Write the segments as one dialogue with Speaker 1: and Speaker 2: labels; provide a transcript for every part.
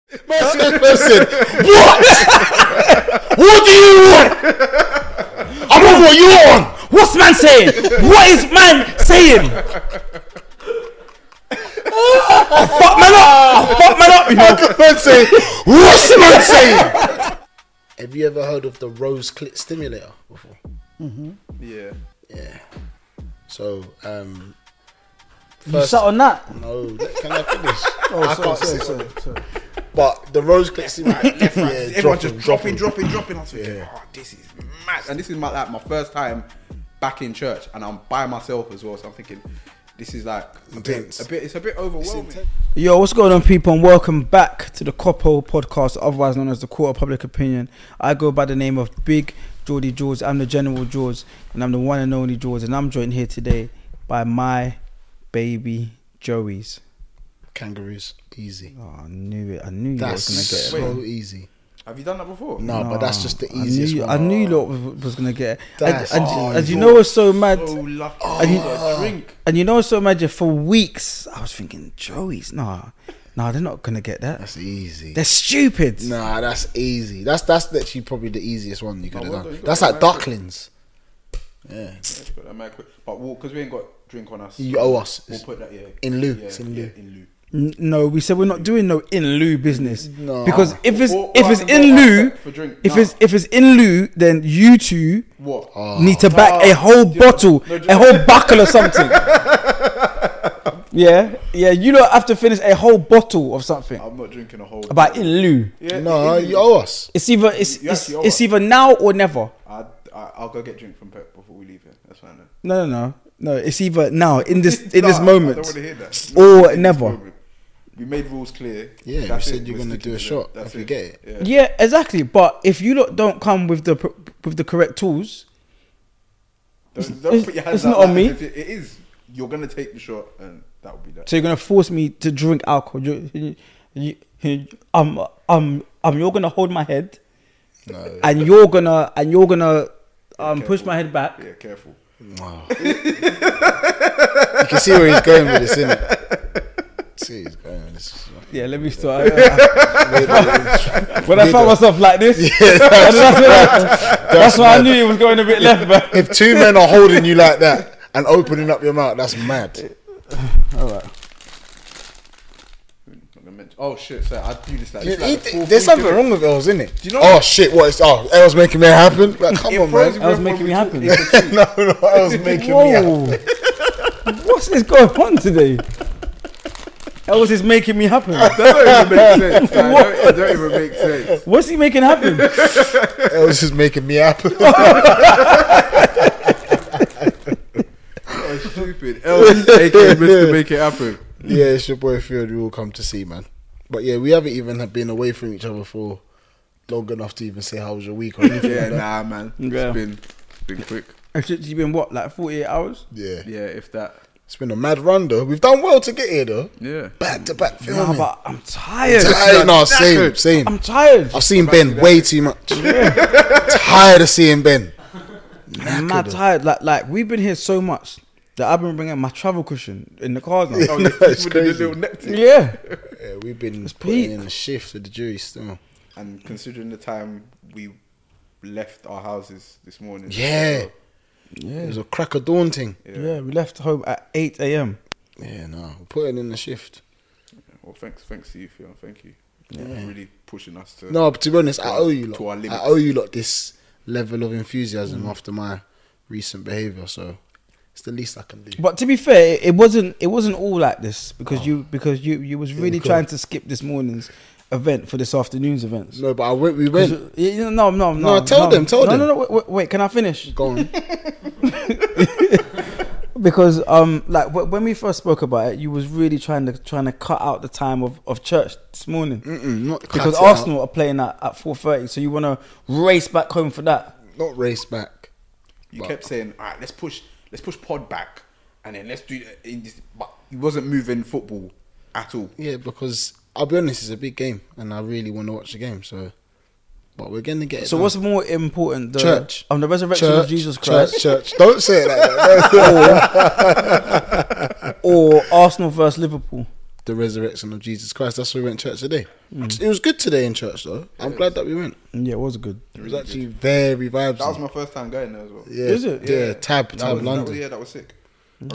Speaker 1: person. Listen, what? what do you want? I'm on what you on.
Speaker 2: What's man saying? What is man saying? I fuck man up. I fuck man up. You know.
Speaker 1: Man say, what's the man saying?
Speaker 3: Have you ever heard of the rose clit stimulator before?
Speaker 2: Mm-hmm.
Speaker 4: Yeah.
Speaker 3: Yeah. So, um,
Speaker 2: You sat on that.
Speaker 3: no, let- can I finish?
Speaker 5: Oh,
Speaker 3: I
Speaker 5: sorry,
Speaker 3: can't
Speaker 5: sorry,
Speaker 3: sit
Speaker 5: sorry, sorry.
Speaker 3: But the rose clit stimulator, yeah,
Speaker 4: Everyone
Speaker 3: dropping,
Speaker 4: just
Speaker 3: dropping.
Speaker 4: dropping, dropping, dropping. I was thinking,
Speaker 3: Yeah.
Speaker 4: oh, this is mad. And this is my like my first time back in church, and I'm by myself as well. So I'm thinking, this is like a
Speaker 3: Intense.
Speaker 4: bit, a bit. It's a bit overwhelming.
Speaker 2: Yo, what's going on, people, and welcome back to the Coppo podcast, otherwise known as the Court of Public Opinion. I go by the name of Big Geordie Jaws. I'm the General Jaws, and I'm the one and only Jaws, and I'm joined here today by my baby Joey's.
Speaker 3: Kangaroos, easy.
Speaker 2: Oh, I knew it. I knew you
Speaker 3: That's
Speaker 2: was
Speaker 3: so
Speaker 2: gonna get it.
Speaker 3: easy.
Speaker 4: Have you done that before?
Speaker 3: No, but that's just the
Speaker 2: I knew
Speaker 3: easiest
Speaker 2: you-
Speaker 3: one.
Speaker 2: I knew you lot was- was gonna get it. And,
Speaker 3: That's-
Speaker 2: and,
Speaker 3: oh,
Speaker 2: and you
Speaker 3: you
Speaker 2: know what's so mad?
Speaker 4: So lucky.
Speaker 3: Ah.
Speaker 2: And you-
Speaker 4: Oh, drink.
Speaker 2: And you know what's so mad? yeah, For weeks, I was thinking Joey's. Nah, nah, they're not gonna get that.
Speaker 3: That's easy.
Speaker 2: They're stupid.
Speaker 3: Nah, that's easy. That's that's literally probably the easiest one you could
Speaker 4: Oh,
Speaker 3: have
Speaker 4: well done,
Speaker 3: done.
Speaker 4: you got
Speaker 3: That's
Speaker 4: it
Speaker 3: like
Speaker 4: right.
Speaker 3: ducklings. Yeah.
Speaker 4: Let's put that mad quick. But we'll, because we ain't got drink on us,
Speaker 3: You owe us.
Speaker 4: We'll put that yeah
Speaker 3: In lieu.
Speaker 4: Yeah,
Speaker 3: It's in
Speaker 4: yeah,
Speaker 3: lieu.
Speaker 4: in lieu.
Speaker 2: N- No, we said we're not doing no in lieu business.
Speaker 3: No.
Speaker 2: Because if it's
Speaker 4: Or- or
Speaker 2: if
Speaker 4: I
Speaker 2: it's
Speaker 4: can
Speaker 2: in
Speaker 4: go
Speaker 2: lieu,
Speaker 4: outside for drink.
Speaker 2: if
Speaker 4: No.
Speaker 2: it's if it's in lieu, then you two
Speaker 4: What?
Speaker 3: Ah.
Speaker 2: need to back a
Speaker 4: No.
Speaker 2: whole
Speaker 4: No,
Speaker 2: bottle,
Speaker 4: Oh. no, just-
Speaker 2: a whole buckle or something. yeah, yeah. You don't have to finish a whole bottle of something.
Speaker 4: I'm not drinking a whole.
Speaker 2: About in lieu,
Speaker 4: Yeah,
Speaker 3: No,
Speaker 4: in lieu.
Speaker 3: you owe us.
Speaker 2: it's either it's
Speaker 4: You
Speaker 2: it's,
Speaker 4: actually are
Speaker 2: it's
Speaker 4: right.
Speaker 2: either now or never.
Speaker 4: I, I I'll go get drink from Pep before we leave here. That's fine. Then.
Speaker 2: No, no, no, no. It's either now in this in
Speaker 4: Nah,
Speaker 2: this
Speaker 4: I don't
Speaker 2: moment
Speaker 4: want to hear that.
Speaker 2: or
Speaker 4: In this
Speaker 2: never.
Speaker 4: moment. We made rules clear.
Speaker 3: Yeah, we
Speaker 4: That's
Speaker 3: said
Speaker 4: it.
Speaker 3: you're
Speaker 4: We're
Speaker 3: gonna
Speaker 4: sticking
Speaker 3: do a
Speaker 4: to
Speaker 3: shot
Speaker 4: them.
Speaker 3: if we get it.
Speaker 4: Yeah.
Speaker 2: Yeah, exactly. But if you lot don't come with the pr- with the correct tools,
Speaker 4: Don't, don't put your hands
Speaker 2: it's
Speaker 4: out
Speaker 2: not
Speaker 4: like
Speaker 2: on me.
Speaker 4: that. If It, it is. You're gonna take the shot, and that would be that.
Speaker 2: So you're gonna force me to drink alcohol? You, you, you, um, um, um, you're gonna hold my head,
Speaker 3: No.
Speaker 2: and you're gonna and you're gonna um
Speaker 4: Careful.
Speaker 2: push my head back.
Speaker 4: Yeah, careful.
Speaker 3: Wow. you can see where he's going with this, innit? See where he's going with this.
Speaker 2: Yeah, let me start. Uh, when I found
Speaker 3: Leader.
Speaker 2: myself like this, that's, when I, that's when I knew it was going a bit left. But
Speaker 3: If two men are holding you like that and opening up your mouth, that's mad.
Speaker 4: Not gonna mention. Oh shit! So I do this like,
Speaker 3: You-
Speaker 4: this, like
Speaker 3: you
Speaker 4: the
Speaker 3: think-
Speaker 4: fourth
Speaker 3: there's
Speaker 4: week
Speaker 3: something
Speaker 4: of it.
Speaker 3: wrong with Els, isn't it?
Speaker 4: Do you know-
Speaker 3: oh shit! What? It's, oh, Els making that happen? Like, come
Speaker 4: It
Speaker 3: on,
Speaker 4: throws
Speaker 3: man.
Speaker 4: you
Speaker 2: That was
Speaker 4: off
Speaker 2: making
Speaker 4: when
Speaker 2: me happy.
Speaker 4: we talk. It's the
Speaker 3: no, no, Els making me happen.
Speaker 2: whoa, what's this going on today? That was just making me happen.
Speaker 4: That don't even make sense. man. Don't- It don't even make sense.
Speaker 2: What's he making happen?
Speaker 3: Els is making me happen.
Speaker 4: That was stupid. L, E aka Mr. Make It Happen.
Speaker 3: yeah, it's your boy Field. We all come to see, man. But yeah, we haven't even been away from each other for long enough to even say how was your week or anything.
Speaker 4: Yeah,
Speaker 3: like that.
Speaker 4: nah, man.
Speaker 2: Yeah.
Speaker 4: It's been been quick.
Speaker 2: You've been what, like 48 hours?
Speaker 3: yeah.
Speaker 4: Yeah, if that.
Speaker 3: It's been a mad run though. We've done well to get here though.
Speaker 4: Yeah.
Speaker 3: Back to back
Speaker 2: Nah,
Speaker 3: filming.
Speaker 2: but I'm tired.
Speaker 3: Tired- no, same,
Speaker 2: I'm
Speaker 3: same.
Speaker 2: tired.
Speaker 3: I've seen Ben way too much. Tired of seeing Ben.
Speaker 2: I'm mad tired. Like like we've been here so much that I've been bringing my travel cushion in the cars now.
Speaker 4: Oh, yeah,
Speaker 3: it's
Speaker 4: with the
Speaker 3: crazy.
Speaker 4: little neck thing.
Speaker 2: yeah.
Speaker 3: Yeah, we've been
Speaker 2: peak.
Speaker 3: putting in a shift with the jury still.
Speaker 4: And considering the time we left our houses this morning.
Speaker 3: Yeah. It
Speaker 2: yeah.
Speaker 3: was a crack of dawn thing.
Speaker 4: Yeah.
Speaker 2: Yeah, we left home at 8 a.m.
Speaker 3: Yeah, no. We're putting in the shift.
Speaker 4: Well, thanks, thanks to you, Fiona. Thank you. You're really pushing us to.
Speaker 3: No, but to be honest, I
Speaker 4: our-
Speaker 3: owe you lot.
Speaker 4: to our
Speaker 3: I
Speaker 4: limits.
Speaker 3: owe you lot this level of enthusiasm after my recent behaviour. So it's the least I can do.
Speaker 2: But to be fair, it wasn't it wasn't all like this because you because you you was really
Speaker 3: cool.
Speaker 2: trying to skip this morning's event for this afternoon's events.
Speaker 3: no, but I went. We
Speaker 2: 'Cause
Speaker 3: went.
Speaker 2: you- you- No, no, no.
Speaker 3: No, tell them, tell
Speaker 2: no,
Speaker 3: them.
Speaker 2: No, no, wait, wait, wait, can I finish?
Speaker 3: Go on.
Speaker 2: because um like wh- when we first spoke about it you was really trying to trying to cut out the time of, of church this morning
Speaker 3: Mm-mm, not cut
Speaker 2: because
Speaker 3: it
Speaker 2: arsenal are playing at, at 4.30 so you want to race back home for that
Speaker 3: out. not race back.
Speaker 4: you
Speaker 3: But-
Speaker 4: kept saying, all right, let's push, let's push Pod back, and then let's do. In this, but he wasn't moving football at all.
Speaker 3: Yeah, because I'll be honest, it's a big game, and I really want to watch the game. So, but we're gonna get it.
Speaker 2: so
Speaker 3: done.
Speaker 2: what's more important the
Speaker 3: Church.
Speaker 2: um, the resurrection
Speaker 3: church?
Speaker 2: of jesus
Speaker 3: church,
Speaker 2: christ
Speaker 3: church. Don't say it like that.
Speaker 2: or arsenal versus liverpool
Speaker 3: the resurrection of Jesus Christ. That's why we went to church today.
Speaker 2: Mm.
Speaker 3: It was good today in church though. I'm glad that we went.
Speaker 2: Yeah, it was good.
Speaker 3: It was actually very vibes.
Speaker 4: That was my first time going there as well.
Speaker 3: yeah,
Speaker 2: Is it?
Speaker 3: Yeah,
Speaker 4: Yeah.
Speaker 3: tab
Speaker 4: That
Speaker 3: tab
Speaker 4: was- that
Speaker 3: London.
Speaker 4: was- yeah, that was sick. I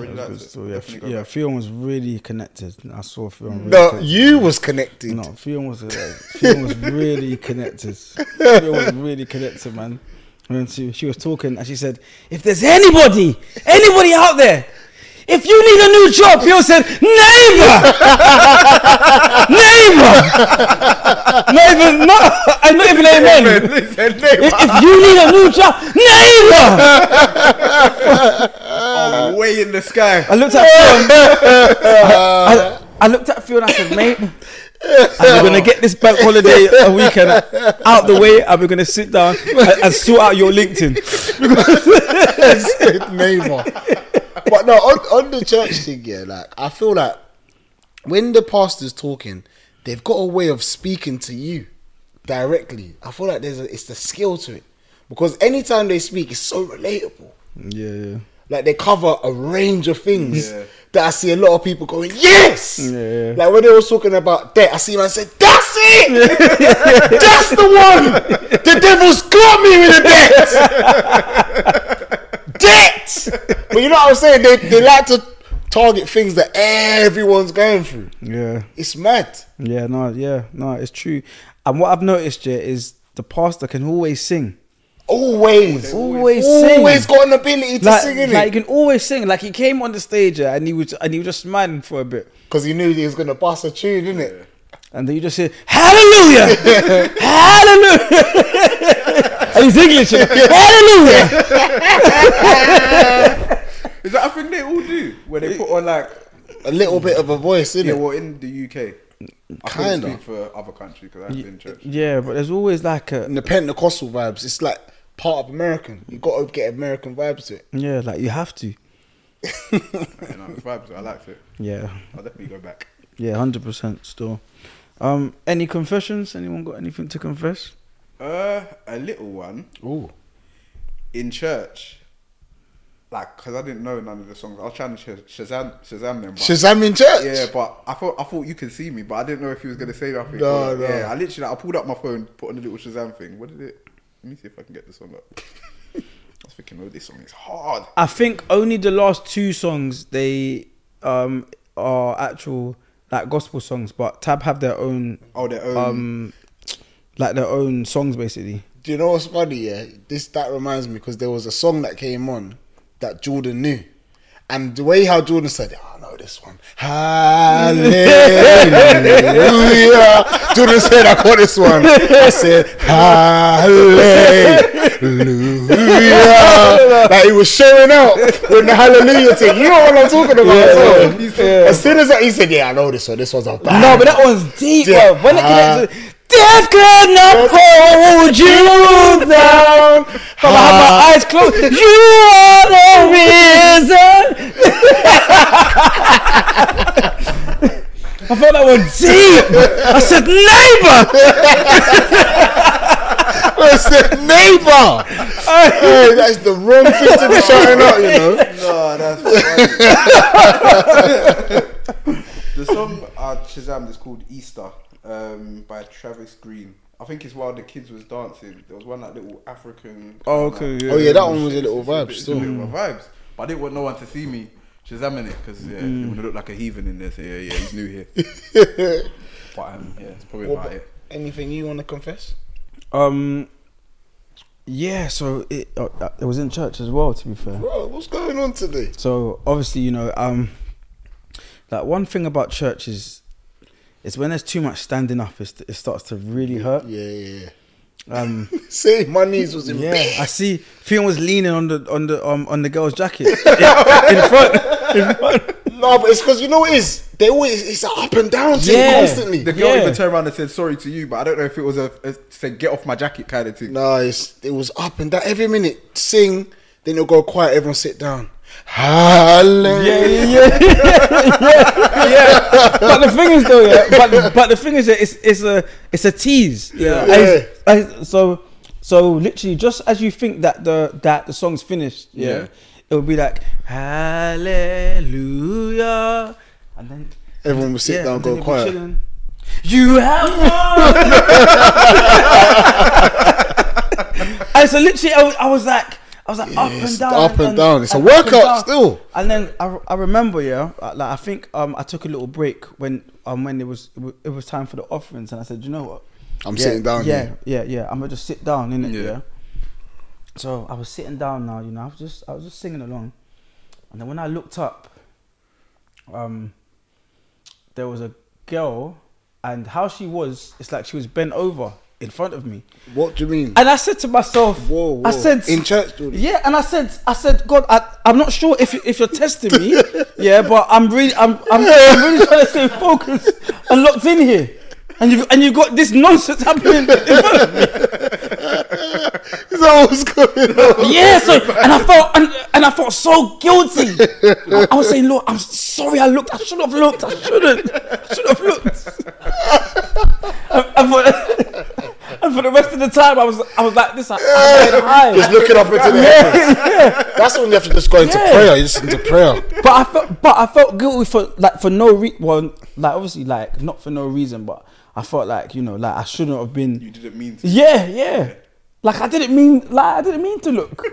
Speaker 4: really
Speaker 2: It
Speaker 4: liked
Speaker 2: was
Speaker 4: it.
Speaker 2: good. So, yeah,
Speaker 4: Definitely
Speaker 2: F-
Speaker 4: go
Speaker 2: yeah,
Speaker 4: back.
Speaker 2: Fionn was really connected. I saw Fionn. Really
Speaker 3: No,
Speaker 2: connected.
Speaker 3: you was connected.
Speaker 2: No, Fionn was uh, Fionn was really connected. Fionn was really connected, man. And she, she was talking and she said, "If there's anybody, anybody out there, if you need a new job," Fionn said, "Neighbor, neighbor, not even not, and not even amen."
Speaker 4: He said, "Neighbour."
Speaker 2: If, if you need a new job, neighbor.
Speaker 4: I'm way in the sky.
Speaker 2: I looked at Fionn. I, I looked at Fiona and I said, mate, I'm going to get this bank holiday a weekend out the way and we're going to sit down and, and sort out your LinkedIn.
Speaker 3: Neymar. But no, on, on the church thing, yeah, like I feel like when the pastor's talking, they've got a way of speaking to you directly. I feel like there's a, it's the skill to it because anytime they speak, it's so relatable.
Speaker 2: Yeah, yeah.
Speaker 3: Like they cover a range of things
Speaker 4: Yeah.
Speaker 3: that I see a lot of people going, yes.
Speaker 2: Yeah.
Speaker 3: Like when they was talking about that, I see man said, that's it. that's the one. The devil's got me with a debt. debt. But you know what I'm saying? They, they like to target things that everyone's going through.
Speaker 2: Yeah.
Speaker 3: It's mad.
Speaker 2: Yeah, no, yeah, no, it's true. And what I've noticed, yeah, is the pastor can always sing.
Speaker 3: Always.
Speaker 2: Always sing.
Speaker 3: Always got an ability to
Speaker 2: Like,
Speaker 3: sing in
Speaker 2: like
Speaker 3: it.
Speaker 2: he can always sing. Like he came on the stage yeah, and he was and he was just smiling for a bit.
Speaker 3: Because he knew he was going to bust a tune, innit?
Speaker 2: And then you just hear, Hallelujah! Hallelujah! and he's English. you know, Hallelujah!
Speaker 4: Is that a thing they all do? Where they put on like,
Speaker 3: A little bit of a voice, innit?
Speaker 4: yeah, well, in the UK. I can't
Speaker 3: Kinda.
Speaker 4: speak for other countries because I haven't been in church.
Speaker 2: Yeah, but there's always like a
Speaker 3: and the Pentecostal vibes. It's like part of American. You got to get American vibes to it.
Speaker 2: Yeah, like you have to.
Speaker 4: You know, the vibes, I liked it.
Speaker 2: Yeah,
Speaker 4: I'll definitely go back.
Speaker 2: yeah, hundred percent still. Um, any confessions? Anyone got anything to confess?
Speaker 4: Uh, a little one
Speaker 3: Ooh,
Speaker 4: in church, like because I didn't know none of the songs. I was trying to sh- Shazam, Shazam them. but-
Speaker 3: Shazam in church.
Speaker 4: Yeah, but I thought I thought you could see me, but I didn't know if he was gonna say nothing.
Speaker 3: No,
Speaker 4: But,
Speaker 3: no.
Speaker 4: Yeah, I literally like, I pulled up my phone, put on the little Shazam thing. What did it? Let me see if I can get this song up. I was thinking, oh, this song is hard.
Speaker 2: I think only the last two songs they um are actual like gospel songs, but Tab have their own
Speaker 4: Oh, their own.
Speaker 2: um like their own songs basically.
Speaker 3: Do you know what's funny? Yeah, this that reminds me because there was a song that came on that Jordan knew, and the way how Jordan said, "Oh, I know this one." Hallelujah. Jordan said, "I got this one." I said, "Hallelujah." like he was showing out with the hallelujah thing. You know what I'm talking about? as well.
Speaker 4: He said-
Speaker 3: As soon as that, he said, "Yeah, I know this one. This one's a bad."
Speaker 2: No, but that one's deep.
Speaker 3: Yeah.
Speaker 2: bro. When it connects to- Uh-huh. Death could not hold you down. Uh-huh. But I have my eyes closed. You are the reason. I felt that one deep. I said, neighbor.
Speaker 3: I said, neighbor. hey, that's the wrong thing to be shouting out, you know.
Speaker 4: no, that's funny. the song I Shazam is called Easter um, by Travis Green. I think it's while the kids was dancing. There was one like little African.
Speaker 2: Oh, okay, yeah.
Speaker 3: Oh yeah, that one was a little
Speaker 4: It's a
Speaker 3: vibe
Speaker 4: bit- it's a
Speaker 3: still.
Speaker 4: bit of a vibes. But I didn't want no one to see me shazamming it because yeah,
Speaker 2: Mm.
Speaker 4: it would look like a heathen in there. So yeah, yeah, he's new here. but um, yeah, it's probably about it.
Speaker 3: Anything you want to confess?
Speaker 2: Um, yeah, so it, uh, it was in church as well, to be fair.
Speaker 3: Bro, what's going on today?
Speaker 2: So obviously, you know, um, like one thing about church is, is when there's too much standing up, it's, it starts to really hurt.
Speaker 3: Yeah, yeah,
Speaker 2: Um,
Speaker 3: yeah. Say my knees was in
Speaker 2: yeah,
Speaker 3: bed.
Speaker 2: I see. Fiona was leaning on the on the um, on the girl's jacket in, in front. In front.
Speaker 3: No, but it's because you know what it is? They always it's an up and down thing
Speaker 2: Yeah.
Speaker 3: constantly.
Speaker 4: The girl
Speaker 2: Yeah.
Speaker 4: even turned around and said sorry to you, but I don't know if it was a, a said get off my jacket kind of thing.
Speaker 3: No, it's, it was up and down. Every minute, sing, then it'll go quiet, everyone sit down. Hallelujah.
Speaker 2: Yeah, yeah, yeah, yeah, yeah. But the thing is, though, yeah. But but the thing is, that it's it's a it's a tease.
Speaker 4: Yeah.
Speaker 2: And it's- and so so literally, just as you think that the that the song's finished, yeah,
Speaker 4: Yeah.
Speaker 2: it would be like Hallelujah, and then.
Speaker 3: Everyone will sit
Speaker 2: Yeah,
Speaker 3: down and
Speaker 2: then
Speaker 3: go
Speaker 2: you'll be
Speaker 3: quiet.
Speaker 2: chilling. You have won. and so literally, I was, I was like, I was like up
Speaker 3: it's
Speaker 2: and down,
Speaker 3: up and down. It's a
Speaker 2: up and
Speaker 3: workout
Speaker 2: down.
Speaker 3: still.
Speaker 2: And then I, I remember, yeah, like I think um I took a little break when um when it was it was time for the offerings, and I said, you know what,
Speaker 3: I'm
Speaker 2: yeah,
Speaker 3: sitting down.
Speaker 2: yeah,
Speaker 3: here.
Speaker 2: yeah, yeah, I'm gonna just sit down in it,
Speaker 4: Yeah.
Speaker 2: yeah. So I was sitting down now, you know, I was just I was just singing along, and then when I looked up, um, there was a girl, and how she was, it's like she was bent over in front of me,
Speaker 3: What do you mean?
Speaker 2: and I said to myself,
Speaker 3: Whoa, whoa.
Speaker 2: I said
Speaker 3: in church, Jordan.
Speaker 2: yeah, and I said, I said, God, I, I'm not sure if you- if you're testing me, yeah, but I'm really, I'm, I'm, I'm really trying to stay focused and locked in here, and you and you got this nonsense happening. in front of me.
Speaker 3: Is that what's going on?
Speaker 2: Yeah, so and I felt and, and I felt so guilty. I, I was saying, Lord, I'm sorry, I looked, I should have looked, I shouldn't, I should have looked. and, and for, and for the rest of the time, I was, I was like this, I, I ran high.
Speaker 3: Just looking up into the heavens. That's when you have to just go into
Speaker 2: Yeah.
Speaker 3: prayer. You just into prayer.
Speaker 2: but I felt, but I felt guilty for like for no re- well, like obviously like not for no reason, but I felt like you know like I shouldn't have
Speaker 4: You
Speaker 2: been.
Speaker 4: didn't mean to.
Speaker 2: Yeah, yeah. Like I didn't mean like I didn't mean to look.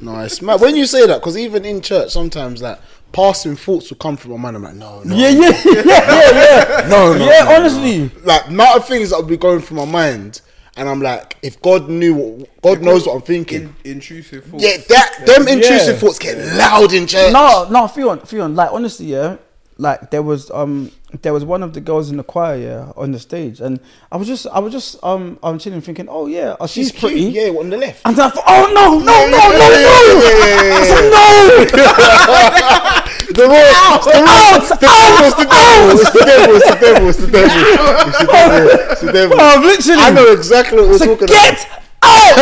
Speaker 3: No, it's mad. When you say that, because even in church, sometimes that passing thoughts will come through my mind. I'm like, no, no.
Speaker 2: Yeah, yeah, yeah, yeah, yeah.
Speaker 3: No, no,
Speaker 2: yeah,
Speaker 3: no, no.
Speaker 2: honestly.
Speaker 3: Like, amount of things that will be going through my mind. And I'm like, if God knew, what, God knows what I'm thinking.
Speaker 4: In, intrusive thoughts.
Speaker 3: Yeah, that them intrusive
Speaker 2: Yeah.
Speaker 3: thoughts get loud in church.
Speaker 2: No, no, Fion, Fion. Like honestly, yeah. Like there was um there was one of the girls in the choir yeah on the stage, and I was just I was just um I'm chilling thinking, oh yeah, oh, she's,
Speaker 3: she's
Speaker 2: pretty.
Speaker 3: pretty. Yeah, on the left.
Speaker 2: And then I thought, oh no, no,
Speaker 3: Yeah,
Speaker 2: no,
Speaker 3: yeah,
Speaker 2: no,
Speaker 3: yeah,
Speaker 2: no!
Speaker 3: yeah, yeah, yeah,
Speaker 2: I said, no! Oh,
Speaker 3: The Lord, the Lord,
Speaker 2: Out!
Speaker 3: it's the devil, it's the devil, it's the devil, it's the devil, it's the devil, it's the devil, it's the devil.
Speaker 2: Oh, literally.
Speaker 3: I know exactly what we're
Speaker 2: So
Speaker 3: talking about.
Speaker 2: get out!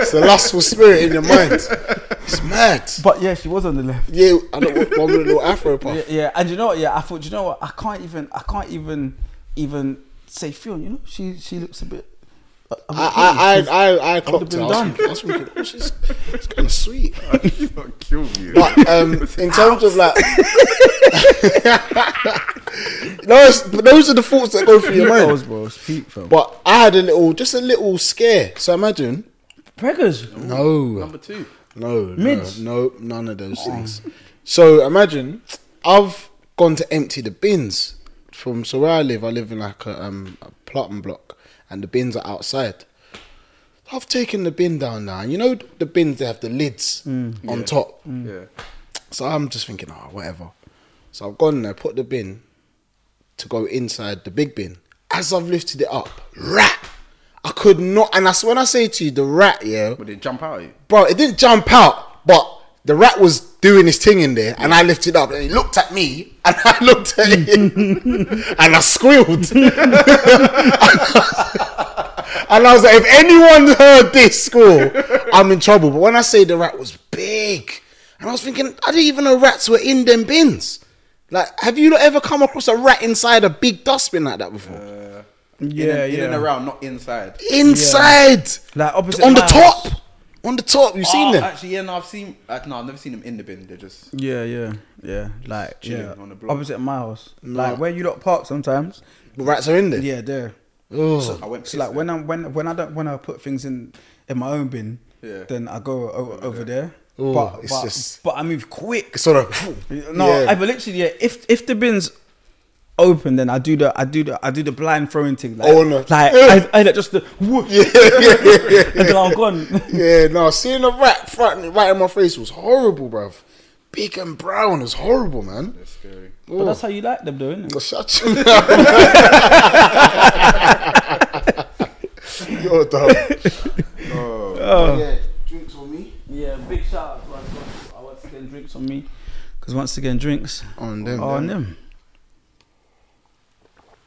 Speaker 3: It's the lustful spirit in your mind. It's mad.
Speaker 2: but yeah, she was on the left.
Speaker 3: Yeah, I know what one with a little afro puff.
Speaker 2: Yeah, yeah, and you know what? Yeah, I thought, you know what? I can't even, I can't even, even say Fion. You know, she she looks a bit. I,
Speaker 3: I, I, I, I, I clocked it.
Speaker 2: been
Speaker 3: I
Speaker 2: done.
Speaker 3: was, I was thinking, oh, she's, she's kind of sweet.
Speaker 4: You not killed you.
Speaker 3: But um, in terms of like, those, but those are the thoughts that go through your mind.
Speaker 2: bro. Speak, bro.
Speaker 3: But I had a little, just a little scare. So imagine,
Speaker 2: Preggers.
Speaker 3: no,
Speaker 4: Number two.
Speaker 3: no, no,
Speaker 2: Mids.
Speaker 3: no, none of those things. So imagine, I've gone to empty the bins from. So where I live, I live in like a, um, a plotting block, and the bins are outside. I've taken the bin down now, and you know the bins they have the lids on top.
Speaker 4: Yeah.
Speaker 3: So I'm just thinking, oh, whatever. So I've gone there, put the bin to go inside the big bin. As I've lifted it up, rat. I could not, and that's when I say to you, the rat, yeah,
Speaker 4: But they jump out at you.
Speaker 3: bro, it didn't jump out, but the rat was doing his thing in there, and I lifted it up, and he looked at me, and I looked at him, and I squealed. and I was like, if anyone heard this squall, I'm in trouble. But when I say the rat was big, and I was thinking, I didn't even know rats were in them bins. Like, have you not ever come across a rat inside a big dustbin like that before?
Speaker 2: Uh, Yeah,
Speaker 4: in,
Speaker 2: yeah.
Speaker 4: In and around, not inside.
Speaker 3: inside,
Speaker 2: Like opposite
Speaker 3: on the
Speaker 2: my house. Ah,
Speaker 3: top, on the top. You've seen
Speaker 4: Oh,
Speaker 3: them.
Speaker 4: Actually, yeah, no, I've seen. Uh, no, I've never seen them in the bin. They're just.
Speaker 2: Yeah, yeah, yeah. Like yeah,
Speaker 4: chilling on the block.
Speaker 2: opposite my house.
Speaker 3: No.
Speaker 2: Like where you lot park sometimes.
Speaker 3: But rats are in there.
Speaker 2: Yeah, there.
Speaker 3: Ugh.
Speaker 4: I went.
Speaker 2: So like when I'm when when I don't when I put things in in my own bin,
Speaker 4: Yeah.
Speaker 2: then I go over, over there.
Speaker 3: Ooh,
Speaker 2: but
Speaker 3: it's
Speaker 2: but,
Speaker 3: just-
Speaker 2: but I move quick.
Speaker 3: It's sort of
Speaker 2: No,
Speaker 3: Yeah.
Speaker 2: I but literally yeah. If if the bins open, then I do the I do the I do the blind throwing thing. Like,
Speaker 3: Oh, no.
Speaker 2: like I, I like just the whoosh, and then I'm gone.
Speaker 3: yeah, no, seeing a rat front right in my face was horrible, bruv. Big and brown is horrible, man.
Speaker 4: That's scary.
Speaker 2: but that's how you like them, though, isn't
Speaker 3: Yo,
Speaker 2: it?
Speaker 3: shut your mouth. You're dumb.
Speaker 2: Oh.
Speaker 3: Yeah, drinks on me.
Speaker 2: Yeah, big shout out to us. I once again drinks on me because once again drinks
Speaker 3: On them.
Speaker 2: are on them.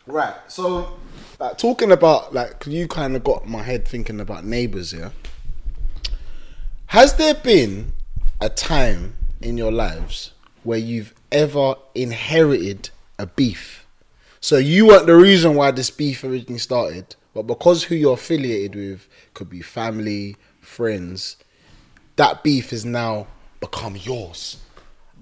Speaker 3: Right, so like, talking about like you kind of got my head thinking about neighbors. Yeah, has there been a time in your lives where you've ever inherited a beef? So you weren't the reason why this beef originally started, but because who you're affiliated with could be family, friends, that beef has now become yours,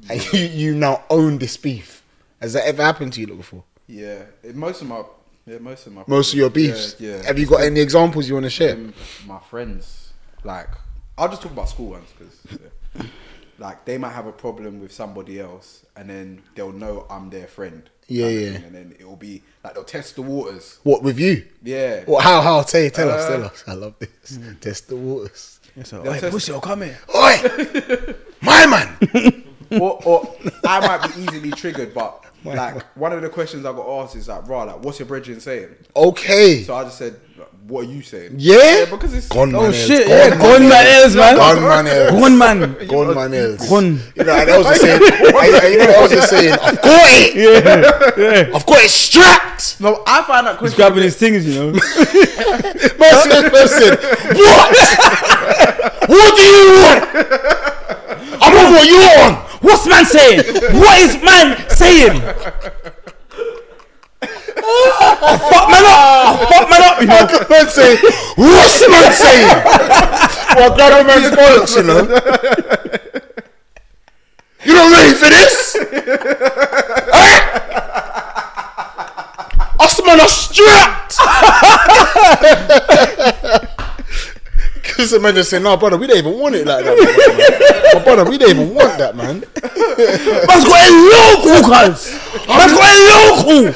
Speaker 3: and you, you now own this beef. Has that ever happened to you look before?
Speaker 4: Yeah, it- most of my yeah, most of my
Speaker 3: Most of your beefs.
Speaker 4: Yeah, yeah.
Speaker 3: Have you got any examples you want to share?
Speaker 2: Mm.
Speaker 4: Um, my friends, like I'll just talk about school ones because like they might have a problem with somebody else, and then they'll know I'm their friend.
Speaker 3: Yeah,
Speaker 4: kind of
Speaker 3: yeah.
Speaker 4: thing, And then it'll be like they'll test the waters.
Speaker 3: What with you?
Speaker 4: Yeah.
Speaker 3: Well, how? How? Tell you. Tell us.
Speaker 4: Uh,
Speaker 3: Tell us. I love this.
Speaker 2: mm.
Speaker 3: Test the waters.
Speaker 2: So,
Speaker 4: They'll
Speaker 2: hey,
Speaker 4: test-
Speaker 2: pussy, oh, come here.
Speaker 3: Oi, my man.
Speaker 4: or, or I might be easily triggered, but like one of the questions I got asked is like, "Raw, like, what's your brethren saying?"
Speaker 3: Okay.
Speaker 4: So I just said, like, "What are you saying?"
Speaker 3: yeah.
Speaker 4: because it's
Speaker 3: gone
Speaker 2: Oh
Speaker 3: man. Airs.
Speaker 2: shit, yeah, gone man airs, man.
Speaker 3: Gone man. airs.
Speaker 2: Gone man.
Speaker 3: Gone man. airs.
Speaker 2: Gone.
Speaker 3: You know, and I was just saying. and- and you know, I was just saying. I've got it. Yeah. I've got it strapped.
Speaker 4: No, I find that
Speaker 2: He's
Speaker 4: question.
Speaker 2: grabbing his things, you know.
Speaker 3: Person, person. What? what do you want? I'm on what you on.
Speaker 2: What's man saying? What is man saying? I fuck man up. I fuck man up. You know.
Speaker 3: Fuck man say. What's the man saying? well, God, man's bollocks, you know. You not ready for this? Eh? Us man are strapped. Because the man just said, "No, brother, we don't even want it like that, man. but brother, we don't even want that, man."
Speaker 2: Man's got a local, guys. Man's got a local.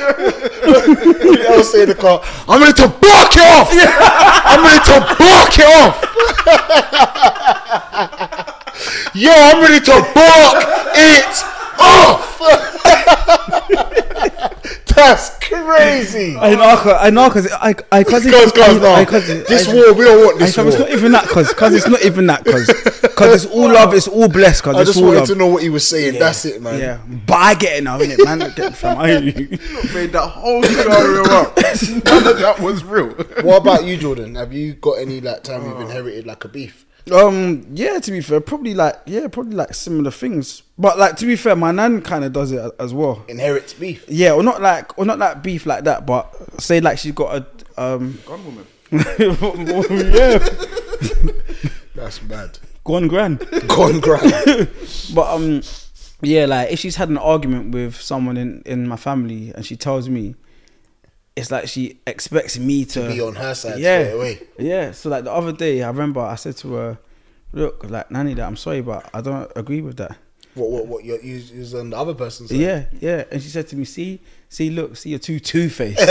Speaker 3: I was saying in the car, "I'm ready to bark it off. I'm ready to bark it off." Yo, I'm ready to bark it off. That's crazy.
Speaker 2: I know, 'cause- I know, cause I, I, cause it's,
Speaker 3: Guys, guys,
Speaker 2: I,
Speaker 3: no.
Speaker 2: cause
Speaker 3: This
Speaker 2: I,
Speaker 3: war, we don't want
Speaker 2: I,
Speaker 3: this
Speaker 2: fam, it's
Speaker 3: war.
Speaker 2: not even that, cause, cause it's not even that, cause, cause it's all love, it's all blessed, cause
Speaker 3: I
Speaker 2: it's
Speaker 3: just
Speaker 2: all
Speaker 3: wanted
Speaker 2: love.
Speaker 3: to know what he was saying. That's it, man.
Speaker 2: Yeah, but I get it now, innit, man? Get, fam, I hear you.
Speaker 4: made that whole scenario up. None of that was real.
Speaker 3: What about you, Jordan? Have you got any like time
Speaker 2: Oh.
Speaker 3: you've inherited like a beef?
Speaker 2: Um, yeah, to be fair, probably like yeah, probably like similar things. But like to be fair, my nan kind of does it a- as well.
Speaker 3: Inherits beef.
Speaker 2: Yeah, or not like or not like beef like that, but say like she's got a um
Speaker 4: Gone woman.
Speaker 2: yeah,
Speaker 3: That's bad.
Speaker 2: gone grand.
Speaker 3: Gone grand.
Speaker 2: But um, yeah, like if she's had an argument with someone in in my family and she tells me, it's like she expects me to
Speaker 3: Be on her side
Speaker 2: Yeah.
Speaker 3: straight away.
Speaker 2: Yeah, so like the other day, I remember I said to her, "Look, like Nanny, that I'm sorry, but I don't agree with that."
Speaker 3: What? What? What? You're, you you was on the other person's side.
Speaker 2: Yeah, yeah. And she said to me, "See, see, look, see, you're too two faced."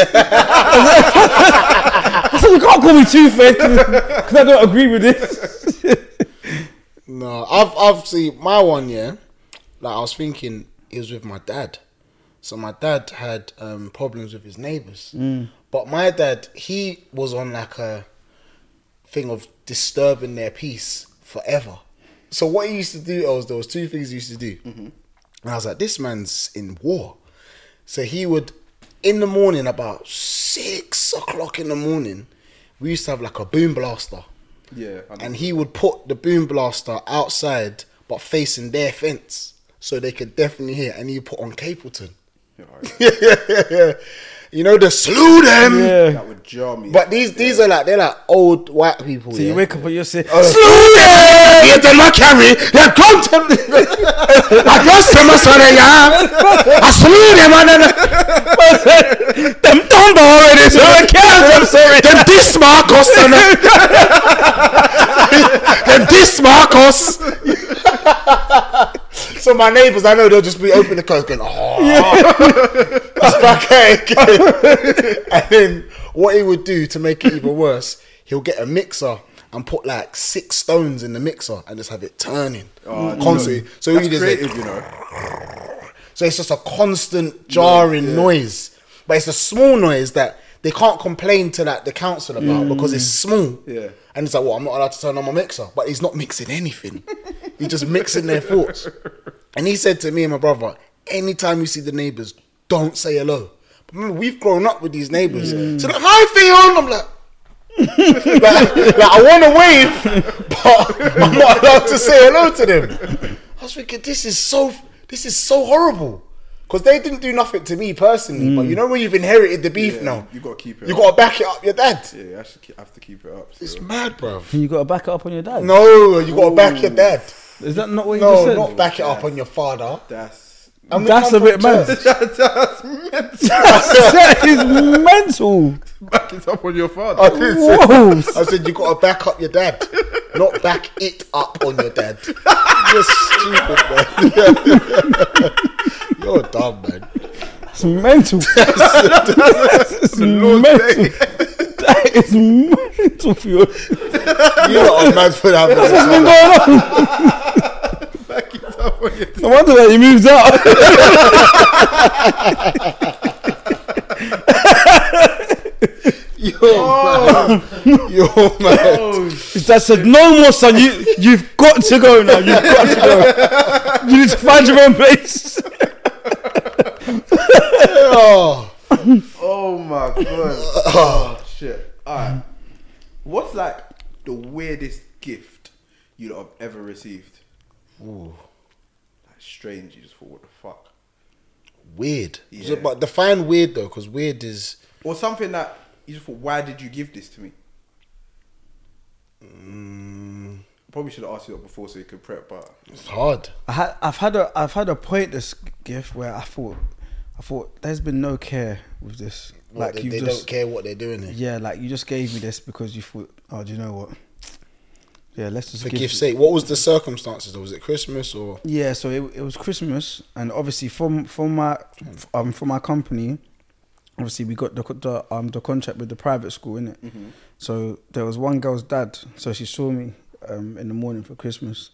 Speaker 2: I said, "You can't call me two faced because I don't agree with this."
Speaker 3: No, I've I've seen my one yeah. Like I was thinking, it was with my dad. So my dad had um, problems with his neighbors, but my dad he was on like a thing of disturbing their peace forever. So what he used to do was there was two things he used to do, and I was like, this man's in war. So he would, in the morning, about six o'clock in the morning, we used to have like a boom blaster
Speaker 4: Yeah, I know.
Speaker 3: and he would put the boom blaster outside but facing their fence so they could definitely hear and he put on Capleton.
Speaker 4: Yeah, alright.
Speaker 3: you know the slew them
Speaker 2: yeah.
Speaker 4: that would jar me.
Speaker 3: but these these are like they're like old white people.
Speaker 2: So
Speaker 3: yeah?
Speaker 2: you wake up and you say,
Speaker 3: Slew them! Yet they not carry. They come to me. I just tell my son, yeah. I slew them and then
Speaker 2: "Them dumb already, so I can't." I'm sorry.
Speaker 3: Them this Marcos. son. Them this Marcos. so my neighbors, I know they'll just be opening the coke going, oh, it's back again. and then what he would do to make it even worse, he'll get a mixer and put like six stones in the mixer and just have it turning
Speaker 4: Oh,
Speaker 3: constantly. So
Speaker 4: that's
Speaker 3: he just
Speaker 4: creative, you know.
Speaker 3: so it's just a constant jarring noise. But it's a small noise that they can't complain to like the council about because it's small.
Speaker 4: Yeah.
Speaker 3: And it's like, well, I'm not allowed to turn on my mixer. But he's not mixing anything. he's just mixing their thoughts. And he said to me and my brother, anytime you see the neighbors, don't say hello. But remember, we've grown up with these neighbors. So they're like, hi Theon. I'm like, like, like, I want to wave, but I'm not allowed to say hello to them. I was thinking, this is so, this is so horrible. Because they didn't do nothing to me personally, but you know when you've inherited the beef
Speaker 4: Yeah,
Speaker 3: now,
Speaker 4: you gotta keep it
Speaker 3: You
Speaker 4: up.
Speaker 3: gotta back it up, your dad.
Speaker 4: Yeah, you actually ke- have to keep it up.
Speaker 3: It's
Speaker 4: so.
Speaker 3: mad, bruv.
Speaker 2: You gotta back it up on your dad.
Speaker 3: No, you gotta back your dad.
Speaker 2: is that not what you just
Speaker 3: No,
Speaker 2: said?
Speaker 3: not back it up on your father.
Speaker 4: That's
Speaker 3: I'm the
Speaker 2: That's
Speaker 3: man
Speaker 2: a
Speaker 3: from
Speaker 2: bit mad.
Speaker 3: church.
Speaker 4: That's mental.
Speaker 2: that is mental.
Speaker 4: Back it up on your father.
Speaker 3: I didn't say-
Speaker 2: Whoa.
Speaker 3: I said you gotta back up your dad, not back it up on your dad. You're stupid, man. You're dumb, man.
Speaker 2: That's mental. That's mental. That is mental for you.
Speaker 3: You lot are mad for having
Speaker 2: What's
Speaker 3: this.
Speaker 2: been going on?
Speaker 4: Back it up on your dad.
Speaker 2: No wonder that he moves out.
Speaker 4: Oh,
Speaker 3: You're mad.
Speaker 2: His dad said, "No more, son. You you've got to go now. You've got to go. You need to find your own place."
Speaker 3: Oh,
Speaker 4: Oh my god. oh shit. Alright. What's like the weirdest gift you lot have ever received? Ooh. Like strange, you just thought, what the fuck?
Speaker 3: weird.
Speaker 4: Yeah.
Speaker 3: So, but define weird though, because weird is
Speaker 4: Or something that you just thought, why did you give this to me? Probably should have asked you that before so you could prep, but
Speaker 3: mm, it's hard.
Speaker 2: I had, I've had a I've had a pointless gift where I thought I thought there's been no care with this.
Speaker 3: Like they,
Speaker 2: you
Speaker 3: they
Speaker 2: just
Speaker 3: don't care what they're doing. Here.
Speaker 2: yeah, like you just gave me this because you thought, oh, do you know what? Yeah, let's just
Speaker 3: For
Speaker 2: give
Speaker 3: gift's sake, what was the circumstances? though? Was it Christmas or
Speaker 2: Yeah, so it, it was Christmas, and obviously from from my
Speaker 3: Mm.
Speaker 2: um from my company, obviously we got the co- the um the contract with the private school in it. So there was one girl's dad, so she saw me um in the morning for Christmas,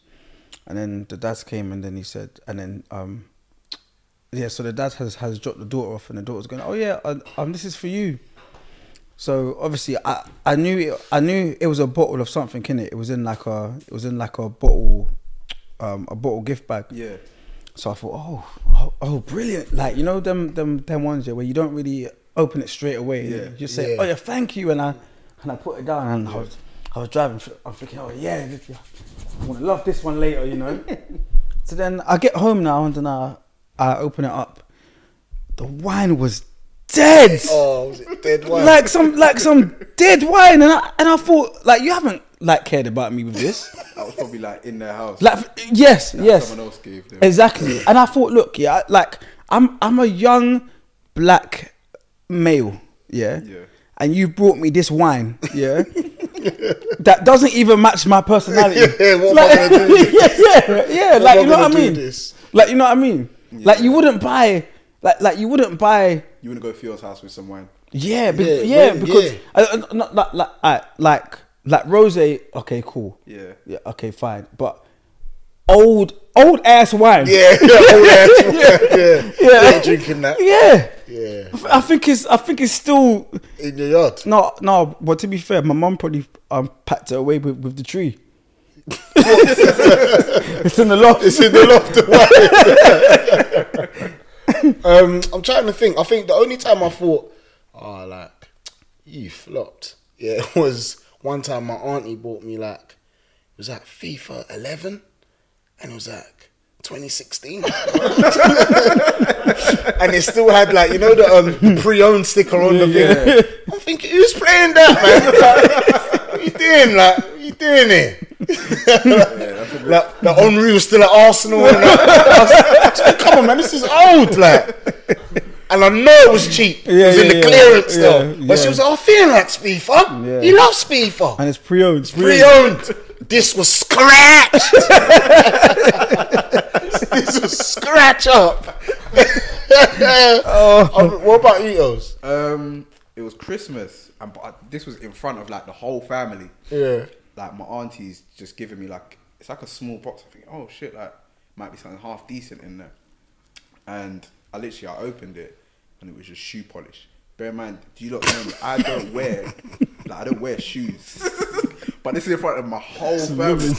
Speaker 2: and then the dad came and then he said, and then um yeah, so the dad has has dropped the daughter off, and the daughter's going, oh yeah, uh, um this is for you. So obviously, I, I knew it, I knew it was a bottle of something in it. It was in like a it was in like a bottle, um, a bottle gift bag.
Speaker 4: yeah.
Speaker 2: So I thought, oh, oh, oh, brilliant! Like you know them them them ones yeah, where you don't really open it straight away.
Speaker 4: Yeah.
Speaker 2: You just say,
Speaker 3: Yeah.
Speaker 2: oh yeah, thank you, and I and I put it down and I was I was driving. fl- I'm thinking, oh yeah, this- yeah, I'm gonna love this one later, you know. so then I get home now and then I I open it up. The wine was dead
Speaker 3: oh, was it dead one?
Speaker 2: like some like some dead wine, and I and I thought like you haven't like cared about me with this.
Speaker 4: That was probably like in their house.
Speaker 2: Like f- yes, yes,
Speaker 4: someone else gave them.
Speaker 2: exactly. And I thought, look, yeah, like I'm I'm a young black male, yeah,
Speaker 4: Yeah.
Speaker 2: and you brought me this wine, yeah. That doesn't even match my personality.
Speaker 3: Yeah, what am I
Speaker 2: like,
Speaker 3: gonna do?
Speaker 2: yeah, yeah, yeah.
Speaker 3: am
Speaker 2: Like
Speaker 3: I
Speaker 2: you know what
Speaker 3: gonna
Speaker 2: I
Speaker 3: do
Speaker 2: mean?
Speaker 3: this?
Speaker 2: Like you know what I mean? Like you wouldn't buy, like like you wouldn't buy
Speaker 4: You wanna go to Theo's house with some wine?
Speaker 2: yeah, be-
Speaker 3: Yeah,
Speaker 2: yeah,
Speaker 3: yeah,
Speaker 2: because
Speaker 3: yeah.
Speaker 2: I, I- not like like I, like like rose. Okay, cool.
Speaker 4: Yeah.
Speaker 2: yeah. Okay, fine. But old old ass wine.
Speaker 3: yeah, yeah, oh, yeah, yeah, yeah,
Speaker 2: Yeah.
Speaker 3: They ain't drinking that.
Speaker 2: yeah.
Speaker 3: Yeah,
Speaker 2: I th- I think it's I think it's still
Speaker 3: in your yard.
Speaker 2: no no. But to be fair, my mum probably um packed it away with, with the tree. it's in the loft.
Speaker 3: It's in the loft. right? um, I'm trying to think. I think the only time I thought, oh, like, you flopped. Yeah, it was one time my auntie bought me, like, it was like FIFA 11 and it was like 2016. and it still had, like, you know, the um, pre owned sticker on the thing. I'm thinking, who's playing that, man? what you doing? Like, what you doing here? like, the Henri was still at Arsenal. And I was like, Come on, man, this is old, like. And I know it was cheap. it
Speaker 2: Yeah,
Speaker 3: was in
Speaker 2: yeah,
Speaker 3: the
Speaker 2: yeah.
Speaker 3: clearance
Speaker 2: Yeah,
Speaker 3: though. But she
Speaker 2: yeah.
Speaker 3: was like, "Oh, feeling like Spifa.
Speaker 2: Yeah.
Speaker 3: You love Spifa.
Speaker 2: and it's pre-owned. It's
Speaker 3: Pre-owned. This was scratched. this was scratch up.
Speaker 2: Oh.
Speaker 3: Um, what about Eos?
Speaker 4: Um, it was Christmas, and but I, this was in front of like the whole family.
Speaker 3: Yeah.
Speaker 4: Like my auntie's just giving me like it's like a small box. I think oh shit, like might be something half decent in there. And I literally I opened it, and it was just shoe polish. Bear in mind, do you not remember? I don't wear like I don't wear shoes. But this is in front of my whole family. in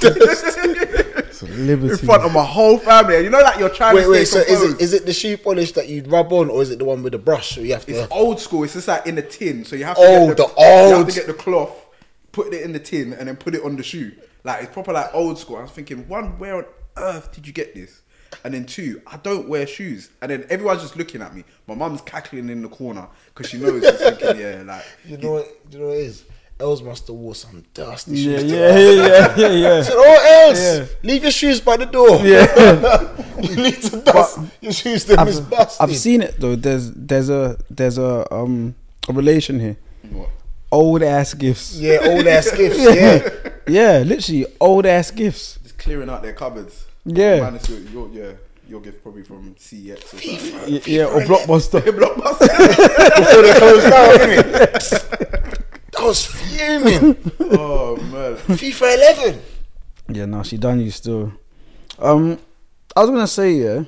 Speaker 2: Liberty.
Speaker 4: front of my whole family. And you know, like you're trying
Speaker 3: Wait,
Speaker 4: to
Speaker 3: wait. So
Speaker 4: stay
Speaker 3: is
Speaker 4: composed.
Speaker 3: it is it the shoe polish that you rub on, or is it the one with the brush? So you have to.
Speaker 4: It's old school. It's just like in a tin, so you have to
Speaker 3: Oh,
Speaker 4: get the,
Speaker 3: the
Speaker 4: you have
Speaker 3: old-
Speaker 4: to get the cloth, put it in the tin, and then put it on the shoe. Like it's proper like old school. I was thinking, one, where on earth did you get this? And then two, I don't wear shoes. And then everyone's just looking at me. My mum's cackling in the corner because she knows. She's thinking, yeah, like
Speaker 3: You know what? You know what it is. Els must have wore some dusty
Speaker 2: Yeah,
Speaker 3: shoes.
Speaker 2: yeah, yeah, yeah,
Speaker 3: I
Speaker 2: yeah.
Speaker 3: said, oh, Els,
Speaker 2: Yeah.
Speaker 3: leave your shoes by the door.
Speaker 2: Yeah.
Speaker 3: you need to dust your shoes. Them is
Speaker 2: I've,
Speaker 3: busted.
Speaker 2: I've seen it though. There's there's a there's a um a relation here.
Speaker 4: What?
Speaker 2: Old ass gifts.
Speaker 3: Yeah, old ass gifts. Yeah.
Speaker 2: yeah, literally old ass gifts.
Speaker 4: Just clearing out their cupboards.
Speaker 2: Yeah.
Speaker 4: Minus your, your yeah, your gift probably from CEX or something. Like
Speaker 2: Y- yeah, or blockbuster.
Speaker 4: that. Blockbuster.
Speaker 3: Before they close down, innit? I was fuming.
Speaker 4: oh man.
Speaker 3: FIFA 11.
Speaker 2: Yeah, no, she done you still. Um, I was gonna say yeah,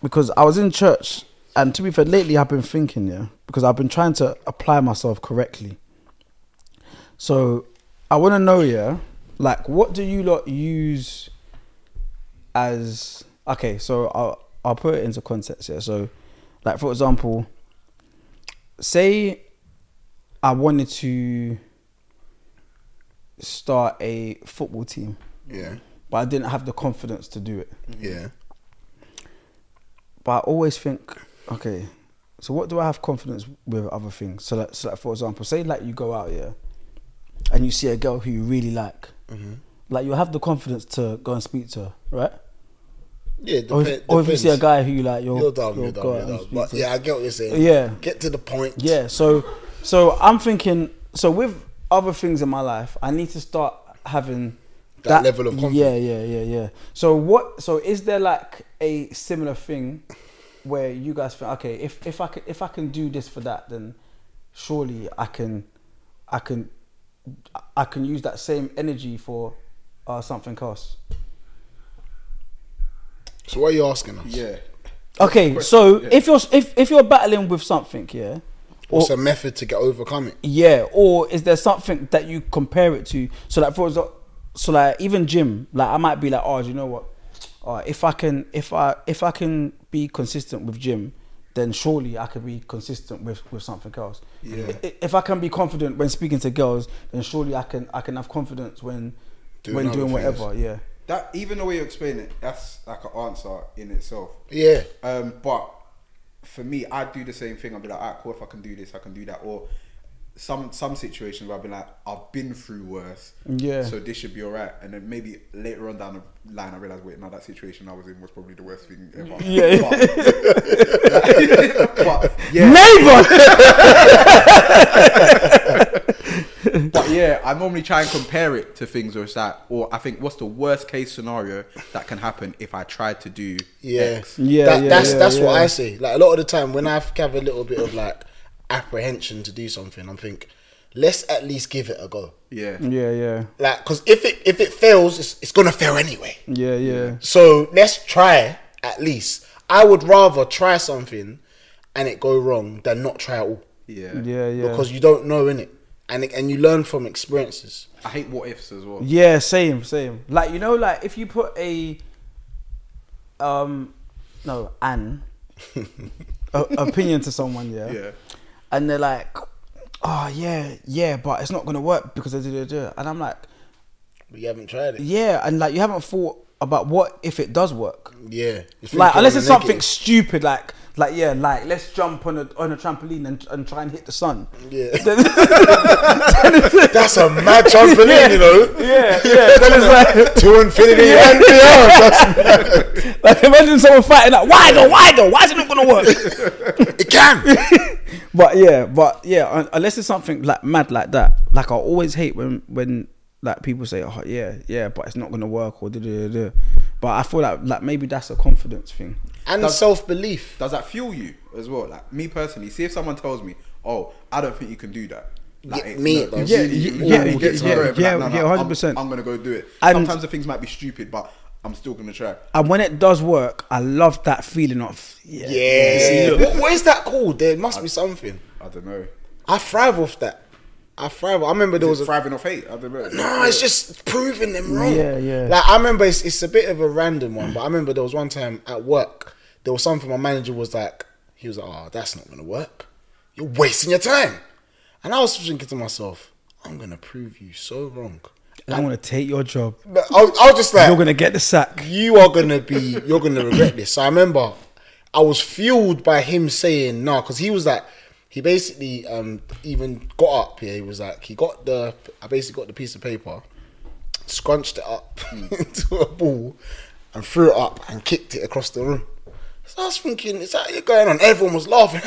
Speaker 2: because I was in church, and to be fair, lately I've been thinking yeah, because I've been trying to apply myself correctly. So, I want to know yeah, like what do you lot use as? Okay, so I'll I'll put it into context yeah. So, like for example, say I wanted to start a football team,
Speaker 3: Yeah.
Speaker 2: but I didn't have the confidence to do it.
Speaker 3: Yeah.
Speaker 2: But I always think, okay, so what do I have confidence with other things? So, like, so like for example, say like you go out here and you see a girl who you really like,
Speaker 3: Mm-hmm.
Speaker 2: like you have the confidence to go and speak to her, right?
Speaker 3: Yeah.
Speaker 2: Or if,
Speaker 3: depe-
Speaker 2: or if you see a
Speaker 3: depends.
Speaker 2: guy who you like, you're,
Speaker 3: You're dumb, you're, dumb,
Speaker 2: go
Speaker 3: you're
Speaker 2: out and
Speaker 3: dumb.
Speaker 2: speak
Speaker 3: But
Speaker 2: to.
Speaker 3: yeah, I get what you're saying.
Speaker 2: Yeah.
Speaker 3: Get to the point.
Speaker 2: Yeah, so so I'm thinking so with other things in my life, I need to start having
Speaker 3: That level of confidence.
Speaker 2: Yeah, yeah, yeah, yeah. So what so is there like a similar thing where you guys think okay, if if I can if I can do this for that then surely I can I can I can use that same energy for uh, something else.
Speaker 3: So what are you asking us?
Speaker 4: Yeah.
Speaker 2: Okay,
Speaker 4: Question,
Speaker 2: so
Speaker 4: yeah.
Speaker 2: if you're if if you're battling with something, yeah,
Speaker 3: What's a method to get overcome it?
Speaker 2: Yeah, or is there something that you compare it to? So like for example, so like even gym, like I might be like, oh, do you know what? Uh, if I can, if I if I can be consistent with gym, then surely I can be consistent with with something else.
Speaker 4: Yeah.
Speaker 2: I- i- If I can be confident when speaking to girls, then surely I can I can have confidence when
Speaker 3: Doing
Speaker 2: when
Speaker 3: other
Speaker 2: doing
Speaker 3: things.
Speaker 2: whatever. Yeah.
Speaker 4: That even the way you explain it, that's like an answer in itself.
Speaker 3: Yeah.
Speaker 4: Um, but for me, I do the same thing. I'd be like, ah, cool. If I can do this, I can do that. Or some some situations where I've been like, I've been through worse.
Speaker 2: Yeah.
Speaker 4: So this should be alright. And then maybe later on down the line, I realized, wait, now that situation I was in was probably the worst thing ever.
Speaker 2: Yeah.
Speaker 4: But, but yeah,
Speaker 2: Neighbor.
Speaker 4: But yeah, I normally try and compare it to things or it's that, or I think what's the worst case scenario that can happen if I tried to do
Speaker 3: Yeah.
Speaker 4: X?
Speaker 2: Yeah,
Speaker 3: That-
Speaker 2: yeah,
Speaker 3: that's
Speaker 2: yeah,
Speaker 3: that's what
Speaker 2: yeah.
Speaker 3: I say. Like a lot of the time when I have a little bit of like apprehension to do something, I'm think, let's at least give it a go.
Speaker 4: Yeah.
Speaker 2: yeah, yeah,
Speaker 3: Like, because if it if it fails, it's, it's gonna fail anyway.
Speaker 2: yeah, yeah,
Speaker 3: So let's try at least. I would rather try something and it go wrong than not try at all
Speaker 4: Yeah.
Speaker 2: yeah, yeah.
Speaker 3: because you don't know in it, and it, and you learn from experiences.
Speaker 4: I hate what ifs as well.
Speaker 2: Yeah, same, same. Like you know, like if you put a um no an a, opinion to someone, yeah,
Speaker 4: Yeah.
Speaker 2: and they're like, oh yeah, yeah, but it's not gonna work because of da, da, da." and I'm like,
Speaker 3: We haven't tried it.
Speaker 2: yeah, and like you haven't thought about what if it does work,
Speaker 3: Yeah, You're
Speaker 2: like
Speaker 3: thinking
Speaker 2: unless
Speaker 3: on
Speaker 2: it's
Speaker 3: the
Speaker 2: something
Speaker 3: negative.
Speaker 2: stupid, like like yeah, like let's jump on a on a trampoline and and try and hit the sun.
Speaker 3: Yeah, that's a mad trampoline, you know.
Speaker 2: Yeah, yeah. Then it's like,
Speaker 3: to infinity and beyond. That's-
Speaker 2: like imagine someone fighting like wider, wider. Why is it not gonna work?
Speaker 3: it can.
Speaker 2: But yeah, but yeah, un- unless it's something like mad like that, like I always hate when when like people say, oh yeah, yeah, but it's not gonna work or da da da. da." But I feel like like maybe that's a confidence thing.
Speaker 3: And self belief.
Speaker 4: Does that fuel you as well? Like me personally, see if someone tells me, "Oh, I don't think you can do that." Like,
Speaker 3: Yeah,
Speaker 4: it-
Speaker 3: me it does.
Speaker 2: Yeah,
Speaker 4: really-
Speaker 2: yeah,
Speaker 4: really
Speaker 2: yeah,
Speaker 4: gets
Speaker 2: yeah,
Speaker 4: me
Speaker 2: yeah,
Speaker 4: going, but
Speaker 2: yeah,
Speaker 4: like,
Speaker 2: yeah,
Speaker 4: I'm-
Speaker 2: 100%.
Speaker 4: I'm, gonna go do it.
Speaker 2: And-
Speaker 4: Sometimes the things might be stupid, but I'm still gonna try.
Speaker 2: And when it does work, I love that feeling of yeah,
Speaker 3: Yeah.
Speaker 2: see, look.
Speaker 3: What, what is that called? There must be something.
Speaker 4: I don't know.
Speaker 3: I thrive off that. I thrive. I remember there was
Speaker 4: Is it
Speaker 3: a
Speaker 4: thriving off hate? I don't know.
Speaker 3: No, it's just proving them wrong.
Speaker 2: Yeah, yeah.
Speaker 3: Like I remember, it's, it's a bit of a random one, but I remember there was one time at work there was something my manager was like, he was like, "Oh, that's not gonna work. You're wasting your time." And I was thinking to myself, "I'm gonna prove you so wrong."
Speaker 2: I want to take your job.
Speaker 3: No, I, was- I was just like,
Speaker 2: You're gonna get the sack.
Speaker 3: you are gonna be you're gonna regret this. So I remember I was fueled by him saying no because he was like He basically um, even got up here. He was like, he got the, I basically got the piece of paper, scrunched it up into a ball, and threw it up and kicked it across the room. So I was thinking, is that you going on? Everyone was laughing.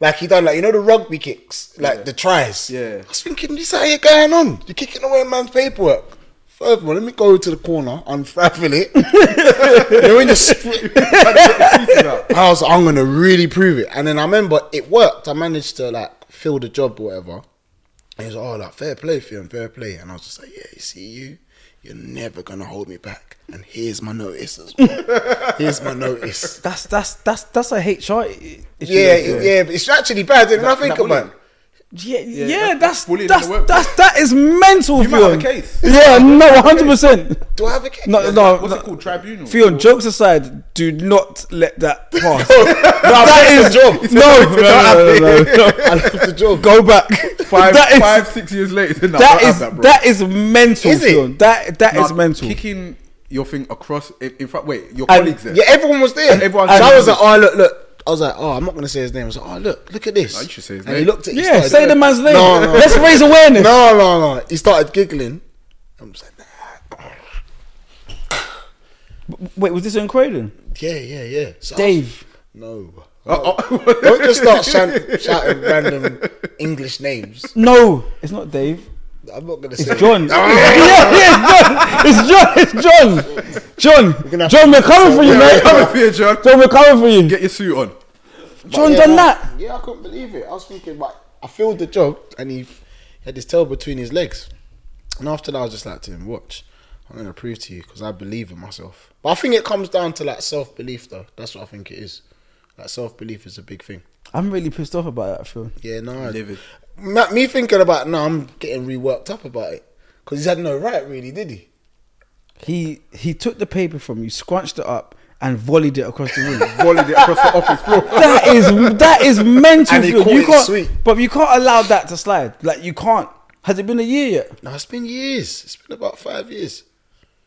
Speaker 3: like he done, like you know the rugby kicks, like the tries.
Speaker 4: Yeah.
Speaker 3: I was thinking, is that you going on? You're kicking away man's paperwork. Furthermore, let me go to the corner, unravel it. They're in the split. I was like, I'm gonna really prove it. And then I remember it worked. I managed to like fill the job or whatever. And he was like, oh, like, fair play, Fionn, fair play. And I was just like, yeah, you see you, you're never going to hold me back. And here's my notice as well. here's my notice.
Speaker 2: That's that's that's that's a HR issue.
Speaker 3: Yeah,
Speaker 2: I feel.
Speaker 3: yeah, but it's actually bad. Didn't I think
Speaker 4: that
Speaker 3: about it?
Speaker 2: yeah, yeah.
Speaker 4: that's-
Speaker 2: that's
Speaker 4: that's
Speaker 2: that's,
Speaker 4: bullying
Speaker 2: that's,
Speaker 4: in the workplace.
Speaker 2: that's that is mental.
Speaker 4: You might have a
Speaker 2: Fionn.
Speaker 4: case.
Speaker 2: Yeah, no, one hundred percent.
Speaker 3: Do I have a case?
Speaker 2: No, no,
Speaker 4: What's
Speaker 2: no.
Speaker 4: it called? Tribunal.
Speaker 2: Fionn, jokes aside, do not let that pass.
Speaker 3: that is job.
Speaker 2: no, no, no, no, no, no.
Speaker 3: I left the job.
Speaker 2: Go back.
Speaker 4: Five,
Speaker 2: that is
Speaker 4: five, six years later.
Speaker 2: that
Speaker 4: No, I don't have
Speaker 2: is
Speaker 4: that, bro.
Speaker 2: that is mental.
Speaker 3: Is it?
Speaker 2: Fionn. That that is
Speaker 4: Nah,
Speaker 2: mental.
Speaker 4: Kicking your thing across. In, in fact, wait, your
Speaker 2: And-
Speaker 4: colleagues there.
Speaker 3: Yeah, everyone was there.
Speaker 4: Everyone-
Speaker 3: so I was like, oh, look, look. I was like, oh, I'm not going to say his name. I was like, oh, look, look at this.
Speaker 4: Oh, you should say his
Speaker 3: and he
Speaker 4: name.
Speaker 3: looked at he
Speaker 2: Yeah,
Speaker 3: started-
Speaker 2: say the man's name.
Speaker 3: No, no.
Speaker 2: Let's raise awareness.
Speaker 3: No, no, no. He started giggling. I'm just like, nah.
Speaker 2: Wait, was this in Croydon?
Speaker 3: yeah, yeah, yeah. So I was-
Speaker 2: Dave.
Speaker 3: No.
Speaker 4: Oh, oh.
Speaker 3: Don't just start shant- shouting random English names.
Speaker 2: No, it's not Dave.
Speaker 3: I'm not gonna say.
Speaker 2: It's John. yeah, yeah, it's John. It's John. It's John.
Speaker 3: gonna
Speaker 2: John. John, we're
Speaker 3: have to-
Speaker 2: coming for you,
Speaker 4: Yeah,
Speaker 2: mate.
Speaker 4: Come up here, John.
Speaker 2: John, we're coming for you.
Speaker 4: Get your suit on.
Speaker 2: John
Speaker 3: yeah,
Speaker 2: done
Speaker 3: no,
Speaker 2: that.
Speaker 3: Yeah, I couldn't believe it. I was thinking, like, I filled the job, and he had his tail between his legs. And after that, I was just like to him, watch. I'm gonna prove to you because I believe in myself. But I think it comes down to like self belief, though. That's what I think it is. Like self belief is a big thing.
Speaker 2: I'm really pissed off about that film.
Speaker 3: Yeah, no. I-
Speaker 4: Livid.
Speaker 3: Ma- Me thinking about it now, I'm getting reworked up about it because he's had no right, really, did he?
Speaker 2: He he took the paper from you, scrunched it up, and volleyed it across the room.
Speaker 4: Volleyed it across the office floor.
Speaker 2: that is that is mental.
Speaker 3: And he
Speaker 2: Phil.
Speaker 3: caught
Speaker 2: you
Speaker 3: it
Speaker 2: can't,
Speaker 3: sweet.
Speaker 2: but you can't allow that to slide. Like you can't. Has it been a year yet?
Speaker 3: No, it's been years. It's been about five years.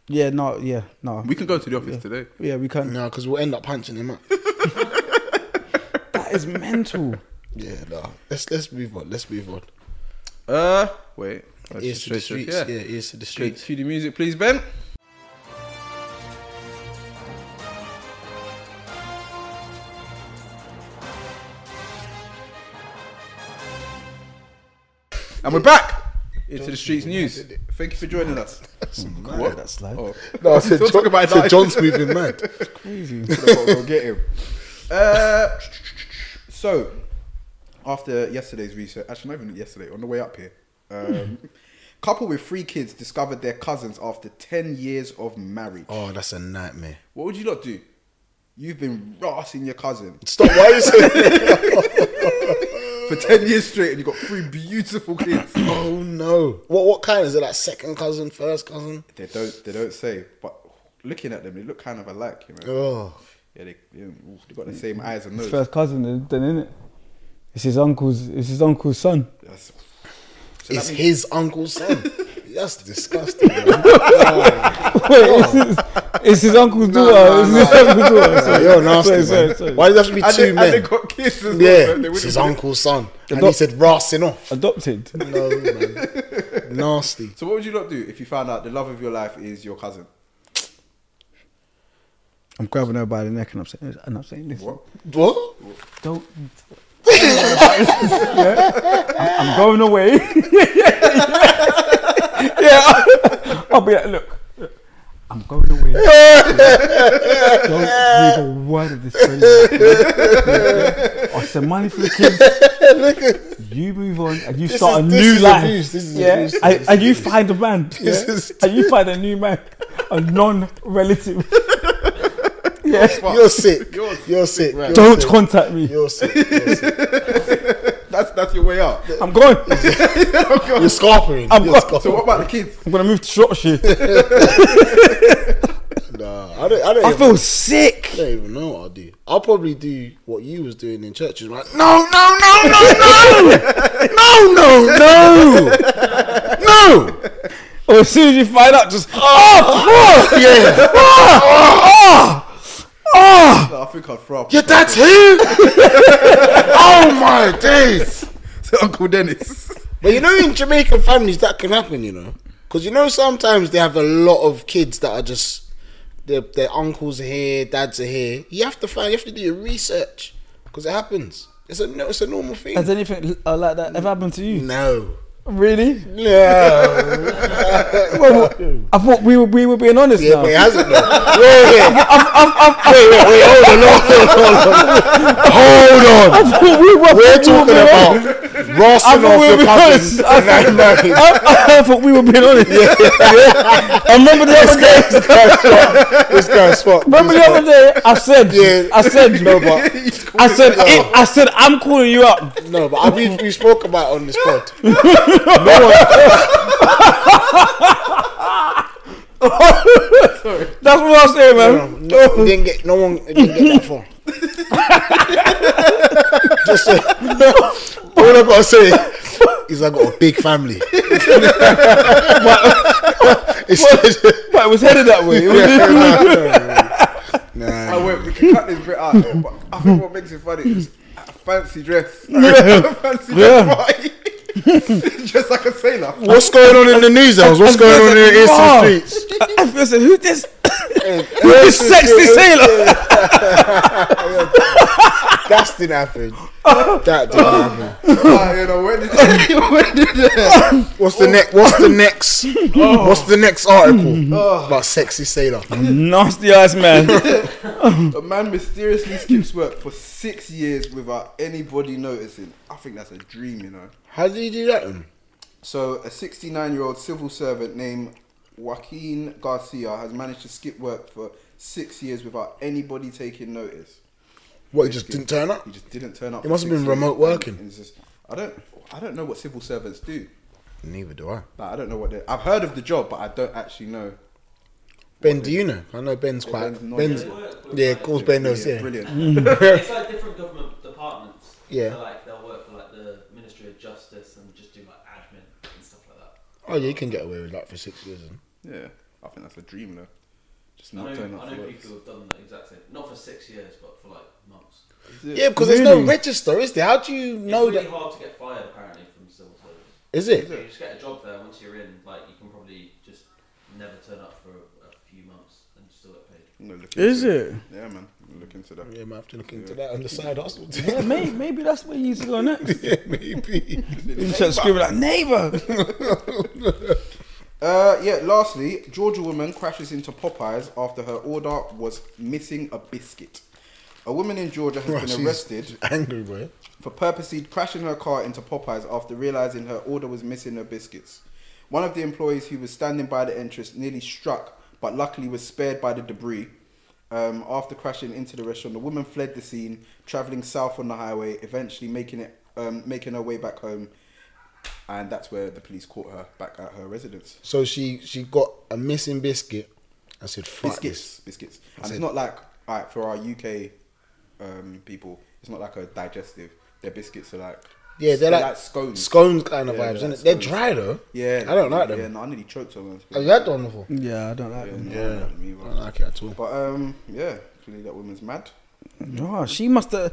Speaker 2: Yeah, no, yeah, no.
Speaker 4: We can go to the office today.
Speaker 2: yeah, we can.
Speaker 3: No, because we'll end up punching him up.
Speaker 2: That is mental.
Speaker 3: yeah, no. Let's let's move on. Let's move on.
Speaker 4: Uh, wait. Let's
Speaker 3: Ears
Speaker 4: just
Speaker 3: to the
Speaker 4: straight-
Speaker 3: streets. Yeah, ears to the
Speaker 4: Straight
Speaker 3: streets.
Speaker 4: to the music, please, Ben. And we're back into the streets news. Thank you for joining us.
Speaker 3: Mad.
Speaker 2: That slide.
Speaker 4: Oh.
Speaker 3: No, I said,
Speaker 4: Don't
Speaker 3: John,
Speaker 4: talk about
Speaker 3: I
Speaker 4: it
Speaker 3: said
Speaker 4: now.
Speaker 3: John's moving mad.
Speaker 4: Go get him. Uh, so, after yesterday's research, actually, not even yesterday, on the way up here, um, couple with three kids discovered their cousins after 10 years of marriage.
Speaker 3: Oh, that's a nightmare.
Speaker 4: What would you lot do? You've been rassing your cousin
Speaker 3: Stop. Why are you saying?
Speaker 4: for 10 years straight and you've got three beautiful kids.
Speaker 3: oh no. What what kind is it? Like second cousin, first cousin?
Speaker 4: they don't they don't say, but looking at them, they look kind of alike, you know.
Speaker 3: Oh,
Speaker 4: Yeah, they, yeah, ooh, they got the same eyes and
Speaker 2: His
Speaker 4: nose.
Speaker 2: first cousin, then isn't it? It's his uncle's. It's his uncle's son.
Speaker 4: That's- so
Speaker 3: it's
Speaker 4: that means
Speaker 3: his uncle's son. that's disgusting. man.
Speaker 2: Wait, it's, his, it's his uncle's
Speaker 3: No,
Speaker 2: daughter.
Speaker 3: no,
Speaker 2: it's
Speaker 3: no.
Speaker 2: his uncle's daughter.
Speaker 3: Nah,
Speaker 2: Sorry.
Speaker 3: You're nasty.
Speaker 2: Sorry,
Speaker 3: man.
Speaker 2: sorry, sorry.
Speaker 3: Why does that have to be
Speaker 4: and,
Speaker 3: two
Speaker 4: they, and they
Speaker 3: men?
Speaker 4: got kids as well.
Speaker 3: Yeah,
Speaker 4: man. They
Speaker 3: it's his
Speaker 4: wouldn't-
Speaker 3: uncle's son, and he
Speaker 2: doc-
Speaker 3: said rassing off.
Speaker 2: Adopted.
Speaker 3: No, man. Nasty.
Speaker 4: So what would you not do if you found out the love of your life is your cousin?
Speaker 2: I'm grabbing her by the neck and I'm saying, and I'm saying this.
Speaker 4: What?
Speaker 3: What?
Speaker 2: Don't. Yeah. I'm, I'm going away. Oh, yeah, I'll be like, look, look, I'm going away. Don't leave a word of this. friendship. I'll send money for the kids. You move on and you
Speaker 3: This
Speaker 2: start a
Speaker 3: is- this
Speaker 2: new
Speaker 3: is
Speaker 2: life.
Speaker 3: abuse, this is
Speaker 2: yeah,
Speaker 3: abuse,
Speaker 2: and,
Speaker 3: this
Speaker 2: and you find a man. Yeah?
Speaker 3: This is-
Speaker 2: And you find a new man, a non-relative. yeah.
Speaker 3: You're sick.
Speaker 4: You're
Speaker 3: You're sick. You're
Speaker 2: Don't
Speaker 3: sick.
Speaker 2: contact me.
Speaker 3: You're sick. You're, sick.
Speaker 4: That's that's your way out.
Speaker 2: I'm going.
Speaker 3: You're scarpering.
Speaker 2: I'm
Speaker 3: You're
Speaker 2: got-
Speaker 4: So
Speaker 3: scarpering.
Speaker 4: what about the kids?
Speaker 2: I'm gonna move to Shropshire.
Speaker 3: Nah, I don't. I don't,
Speaker 2: I
Speaker 3: even,
Speaker 2: feel sick.
Speaker 3: I don't even know what I'll do. I'll probably do what you was doing in churches. Right? No, no, no, no, no, no, no, no, no.
Speaker 2: Or as soon as you find out, just oh, fuck.
Speaker 3: Yeah.
Speaker 2: oh, ah, ah, ah,
Speaker 3: Ah,
Speaker 4: I think I'd throw up.
Speaker 3: your dad's here. oh my days.
Speaker 4: So Uncle Dennis.
Speaker 3: But you know, in Jamaican families, that can happen, you know, because you know sometimes they have a lot of kids that are just their their uncles are here, dads are here. You have to find, you have to do your research because it happens. It's a no, it's a normal thing.
Speaker 2: Has anything uh, like that ever happened to you?
Speaker 3: no,
Speaker 2: Really?
Speaker 3: no.
Speaker 2: Well, I thought we were, we were being honest
Speaker 3: Yeah,
Speaker 2: now.
Speaker 3: but it hasn't. Though. Wait, wait,
Speaker 2: I've, I've, I've,
Speaker 3: wait, wait, wait, hold on, hold on, hold on. Hold on.
Speaker 2: I thought we were,
Speaker 3: We're
Speaker 2: we were
Speaker 3: talking
Speaker 2: being
Speaker 3: about
Speaker 2: honest. I
Speaker 3: rossing
Speaker 2: thought we
Speaker 3: off
Speaker 2: were
Speaker 3: the
Speaker 2: being
Speaker 3: cousins
Speaker 2: honest. I
Speaker 3: and that marriage.
Speaker 2: I, I thought we were being honest. I remember the other day.
Speaker 3: This guy's fucked. This guy's fucked.
Speaker 2: Remember the other day, I said,
Speaker 3: Yeah.
Speaker 2: I said,
Speaker 3: No, but
Speaker 2: I said, it, I said, I'm calling you up.
Speaker 3: no, but I, we we spoke about it on this pod.
Speaker 2: That's what I'm saying,
Speaker 3: No,
Speaker 2: man.
Speaker 3: Um, no, we didn't get no one it didn't get that far. Just say, all I gotta say is I got a big family. it's just,
Speaker 2: But it was headed that way. It was-
Speaker 4: I
Speaker 3: nah,
Speaker 4: went, we can cut this bit out, but I think what makes it funny is a fancy dress. A fancy dress party. Just like a sailor.
Speaker 3: What's going on in the news house? What's going on in the
Speaker 2: Wow.
Speaker 3: Eastern streets?
Speaker 2: I feel so, who this? who this sexy sailor?
Speaker 3: That didn't happen. That didn't happen.
Speaker 4: Ah, you know, when did when did that?
Speaker 3: What's the next? What's the next?
Speaker 2: Oh.
Speaker 3: What's the next
Speaker 2: Mm-hmm.
Speaker 3: article about sexy sailor?
Speaker 2: Nasty ass man.
Speaker 4: A man mysteriously skips work for six years without anybody noticing. I think that's a dream, you know.
Speaker 3: How did you do that? um? Then?
Speaker 4: So, a 69 year old civil servant named Joaquin Garcia has managed to skip work for six years without anybody taking notice.
Speaker 3: What? Oh, He just didn't turn up.
Speaker 4: He just didn't turn up.
Speaker 3: It must
Speaker 4: for
Speaker 3: have
Speaker 4: six
Speaker 3: been remote
Speaker 4: years.
Speaker 3: working.
Speaker 4: And it's just- I don't, I don't know what civil servants do.
Speaker 3: Neither do I.
Speaker 4: Like, I don't know what they. I've heard of the job, but I don't actually know.
Speaker 3: Ben, do you know? I know Ben's quite.
Speaker 4: Ben's not-
Speaker 3: Ben's, yeah, of course Ben knows. Yeah,
Speaker 4: Brilliant.
Speaker 5: Mm. it's like different government departments.
Speaker 3: Yeah.
Speaker 5: So like they'll work for like the Ministry of Justice and just do like admin and stuff like that.
Speaker 3: Oh yeah, you can get away with that for six years. Then.
Speaker 4: Yeah, I think that's a dream though. Just
Speaker 5: I
Speaker 4: not turning
Speaker 5: know, I
Speaker 4: up for
Speaker 5: know
Speaker 4: work.
Speaker 5: people have done that exact same. Not for six years, but for like months.
Speaker 3: Yeah, because there's
Speaker 2: Really?
Speaker 3: no register, is there? How do you know
Speaker 5: it's really
Speaker 3: that?
Speaker 5: hard to get fired apparently from civil service.
Speaker 3: Is it?
Speaker 5: You just get a job there once you're in. Like you can probably just never turn up for a, a few months and still get paid.
Speaker 4: I'm gonna look
Speaker 2: Is
Speaker 4: into
Speaker 2: it?
Speaker 4: Yeah, man. I'm gonna Look into that.
Speaker 3: Yeah, might have to look into that on the side hustle.
Speaker 2: Yeah, maybe, maybe that's where you used to go next.
Speaker 3: yeah, maybe.
Speaker 2: You start screaming like, neighbor.
Speaker 4: Uh, yeah. Lastly, Georgia woman crashes into Popeyes after her order was missing a biscuit. A woman in Georgia has
Speaker 3: Right,
Speaker 4: been
Speaker 3: she's
Speaker 4: arrested
Speaker 3: angry, boy.
Speaker 4: for purposely crashing her car into Popeyes after realizing her order was missing her biscuits. One of the employees who was standing by the entrance nearly struck, but luckily was spared by the debris. Um, after crashing into the restaurant, the woman fled the scene, traveling south on the highway, eventually making it um, making her way back home. And that's where the police caught her back at her residence.
Speaker 3: So she she got a missing biscuit. I said, "Fuck
Speaker 4: Biscuits, biscuits, and
Speaker 3: That's
Speaker 4: it's
Speaker 3: it.
Speaker 4: not like all right, for our UK um, people. It's not like a digestive. Their biscuits are like
Speaker 3: this." Yeah, they're, like,
Speaker 4: scones.
Speaker 3: Scones kind of
Speaker 4: Yeah,
Speaker 3: vibes,
Speaker 4: they're
Speaker 3: and
Speaker 4: like
Speaker 3: they're
Speaker 4: scones.
Speaker 3: dry though.
Speaker 4: Yeah,
Speaker 3: I don't like them.
Speaker 4: Yeah, no, I nearly choked on
Speaker 3: Have
Speaker 4: them.
Speaker 3: you had one before?
Speaker 2: Yeah, I don't like them.
Speaker 4: Yeah,
Speaker 3: I don't like it at all.
Speaker 4: but um, yeah, clearly that woman's mad.
Speaker 2: No, she must have.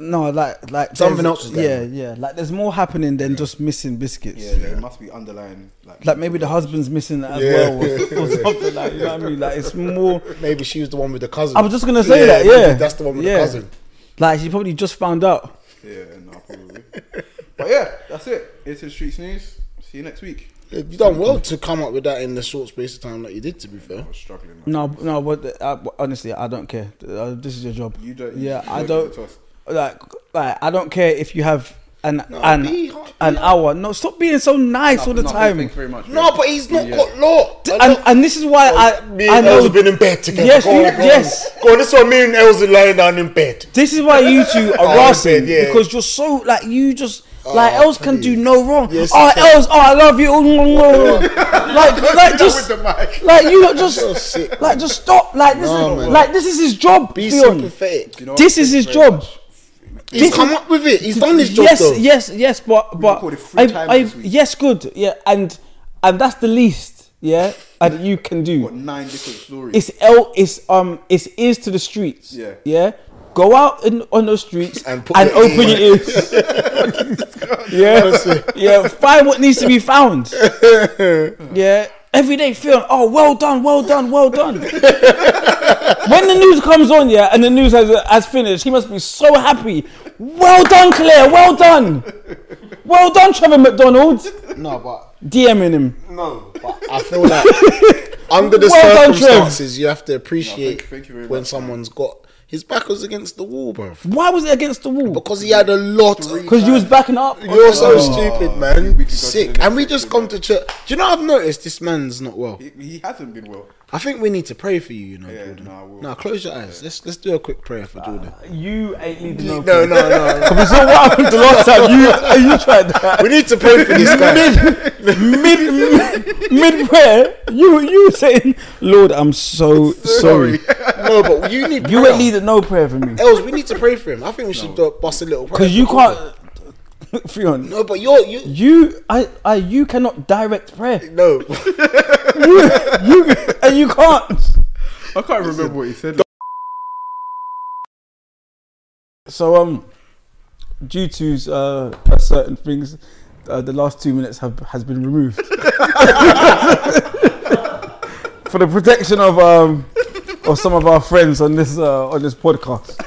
Speaker 2: No, like like
Speaker 3: Something
Speaker 2: there's-
Speaker 3: else was
Speaker 2: Yeah,
Speaker 3: going
Speaker 2: yeah. Like there's more happening than just missing biscuits.
Speaker 4: Yeah, there must be underlying like
Speaker 2: Like maybe the husband's missing as
Speaker 3: Yeah.
Speaker 2: well, or, or something like you know what I mean. Like it's more.
Speaker 3: Maybe she was the one with the cousin.
Speaker 2: I was just gonna say that.
Speaker 3: maybe
Speaker 2: Yeah,
Speaker 3: that's the one with
Speaker 2: Yeah.
Speaker 3: the cousin.
Speaker 2: Like she probably just found out.
Speaker 4: yeah, no, probably. but yeah, that's it. It's the streets news. See you next week.
Speaker 3: Yeah, You done well to come up with that in the short space of time that you did. To be
Speaker 4: I
Speaker 3: fair,
Speaker 4: was struggling. man.
Speaker 2: No, no. But uh, honestly, I don't care. Uh, this is your job.
Speaker 4: You don't. you
Speaker 2: Yeah,
Speaker 4: just
Speaker 2: I
Speaker 4: give
Speaker 2: don't.
Speaker 4: it to us.
Speaker 2: Like, like I don't care if you have an
Speaker 3: No,
Speaker 2: an,
Speaker 3: be hard, be
Speaker 2: an hour. No, stop being so nice all the
Speaker 4: No,
Speaker 2: time.
Speaker 4: Thank you very much.
Speaker 3: no,
Speaker 4: babe.
Speaker 3: but he's not
Speaker 4: Yeah.
Speaker 3: got law.
Speaker 2: and and this is why I
Speaker 3: me
Speaker 2: I
Speaker 3: and
Speaker 2: know
Speaker 3: Elsa been in bed together.
Speaker 2: Yes,
Speaker 3: go on,
Speaker 2: you-
Speaker 3: go on.
Speaker 2: yes.
Speaker 3: Go on, this one, me and Elsa lying down in bed.
Speaker 2: This is why you two are
Speaker 3: Oh,
Speaker 2: rasping
Speaker 3: yeah. Oh,
Speaker 2: because you're so like you just like Els can do
Speaker 3: please.
Speaker 2: no wrong.
Speaker 3: Yes,
Speaker 2: oh
Speaker 3: you can.
Speaker 2: Els, oh I love you. Oh, no, no, no. like like just
Speaker 4: with the mic.
Speaker 2: like you lot just
Speaker 3: So sick.
Speaker 2: like just stop. Like this
Speaker 3: No,
Speaker 2: is
Speaker 3: man.
Speaker 2: like this is his job.
Speaker 3: Be
Speaker 2: Fion.
Speaker 3: sympathetic.
Speaker 4: You know what?
Speaker 2: This is his
Speaker 4: Thank you very
Speaker 2: job.
Speaker 4: much.
Speaker 3: He's come up with it. He's done his job
Speaker 2: yes,
Speaker 3: though.
Speaker 2: yes, yes. But but
Speaker 4: recorded three times
Speaker 2: I,
Speaker 4: this week.
Speaker 2: yes, good. Yeah, and and that's the least. yeah, uh, that you can do.
Speaker 4: Got nine different stories.
Speaker 2: It's L. It's um. It's ears to the streets.
Speaker 4: Yeah.
Speaker 2: Yeah. Go out in, on those streets and,
Speaker 3: And put your
Speaker 2: open
Speaker 3: ear-
Speaker 2: your ears. yeah. Yeah. Find what needs to be found. Yeah. Every day feeling, oh, well done, well done, well done. when the news comes on, yeah, and the news has, has finished, he must be so happy. Well done, Claire. Well done. Well done, Trevor McDonald.
Speaker 3: No, but
Speaker 2: DMing him.
Speaker 3: no, but I feel like under the
Speaker 2: Well done, Trev.
Speaker 3: circumstances, you have to appreciate
Speaker 4: No, thank- thank you very
Speaker 3: when
Speaker 4: much,
Speaker 3: someone's got his back was against the wall, bro.
Speaker 2: Why was it against the wall?
Speaker 3: Because he had a lot.
Speaker 2: Because you was backing up.
Speaker 3: You're so
Speaker 4: Oh.
Speaker 3: stupid,
Speaker 4: We- we
Speaker 3: man.
Speaker 4: can go to the
Speaker 3: Sick.
Speaker 4: next
Speaker 3: And we just
Speaker 4: section,
Speaker 3: come
Speaker 4: man.
Speaker 3: to church. Do you know? I've noticed this man's not well.
Speaker 4: He, he hasn't been well.
Speaker 3: I think we need to pray for you. You know,
Speaker 4: Yeah,
Speaker 3: Jordan.
Speaker 4: no, I will.
Speaker 3: No, close your eyes. Let's let's do a quick prayer for Jordan.
Speaker 2: You ain't leading no.
Speaker 3: No, no, no.
Speaker 2: We saw what happened the last time. You you tried that.
Speaker 3: we need to pray for this guy.
Speaker 2: Mid, mid mid prayer, you you saying, Lord, I'm so sorry.
Speaker 3: no, but you need.
Speaker 2: You
Speaker 3: prayer.
Speaker 2: ain't leading no prayer for me
Speaker 3: Els, we need to pray for him. I think we should do- bust a little prayer.
Speaker 2: because you
Speaker 3: for Jordan.
Speaker 2: can't. Fion,
Speaker 3: No, but you're you.
Speaker 2: you I I you cannot direct prayer.
Speaker 3: No,
Speaker 2: You you and you can't.
Speaker 4: I can't remember what he said.
Speaker 2: So um, due to uh certain things, uh, the last two minutes have has been removed for the protection of um of some of our friends on this uh, on this podcast.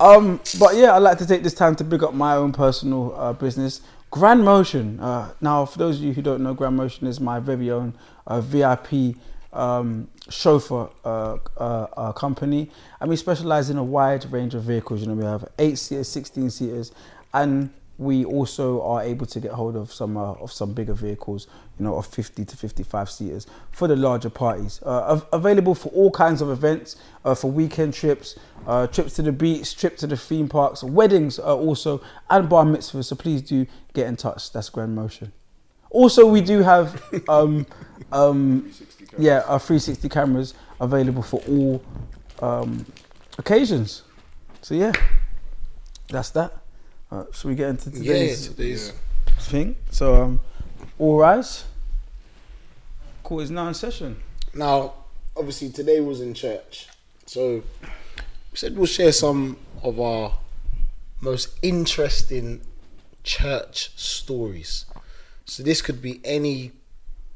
Speaker 2: Um, but yeah, I'd like to take this time to big up my own personal uh, business, Grand Motion. Uh, now, for those of you who don't know, Grand Motion is my very own uh, VIP um, chauffeur uh, uh, uh, company, and we specialize in a wide range of vehicles. You know, we have eight seaters, sixteen seaters, and we also are able to get hold of some uh, of some bigger vehicles, you know, of 50 to 55 seaters for the larger parties. Uh, av- available for all kinds of events, uh, for weekend trips, uh, trips to the beach, trip to the theme parks, weddings uh, also, and bar mitzvahs. So please do get in touch. That's Grand Motion. Also, we do have um, um, yeah, our 360 cameras available for all um, occasions. So yeah, that's that. Uh, should we get into
Speaker 3: yeah,
Speaker 2: today's
Speaker 3: today's
Speaker 2: thing? So um, all rise. Cool, it's now in session.
Speaker 3: Now, obviously, today was in church, so we said we'll share some of our most interesting church stories. So this could be any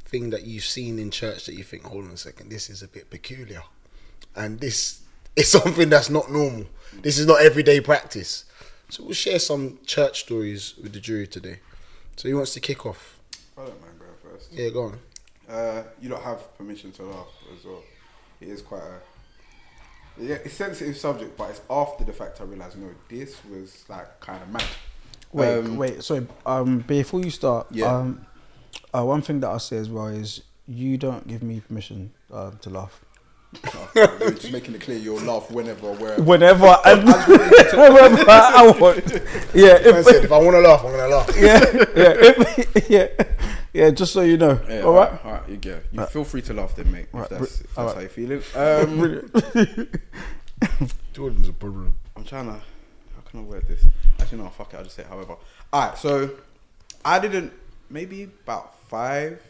Speaker 3: thing that you've seen in church that you think, hold on a second, this is a bit peculiar, and this is something that's not normal. This is not everyday practice. So we'll share some church stories with the jury today. So who wants to kick off?
Speaker 4: I don't mind going first.
Speaker 3: Yeah, go on.
Speaker 4: Uh, you don't have permission to laugh as well. It is quite a yeah, it's sensitive subject, but it's after the fact I realised no, this was like kind of mad.
Speaker 2: Wait,
Speaker 4: Um,
Speaker 2: wait. Sorry. Um, before you start,
Speaker 4: Yeah.
Speaker 2: um, uh, one thing that I'll say as well is you don't give me permission uh, to laugh.
Speaker 4: You're just making it clear you'll laugh whenever, wherever.
Speaker 2: Whenever I, whenever I want. Yeah.
Speaker 3: I
Speaker 2: If,
Speaker 3: said, if I want to laugh, I'm gonna laugh.
Speaker 2: yeah. Yeah. if- yeah. Yeah. Just so you know.
Speaker 4: Yeah,
Speaker 2: all right.
Speaker 4: all right, you go. You feel free to laugh then, mate.
Speaker 2: Right,
Speaker 4: if that's,
Speaker 2: br-
Speaker 4: if that's
Speaker 2: all right.
Speaker 4: how you feeling. Um,
Speaker 3: Jordan's a problem.
Speaker 4: I'm trying to. How can I word this? Actually, no. Fuck it. I'll just say it however. All right. So, I didn't. Maybe about five,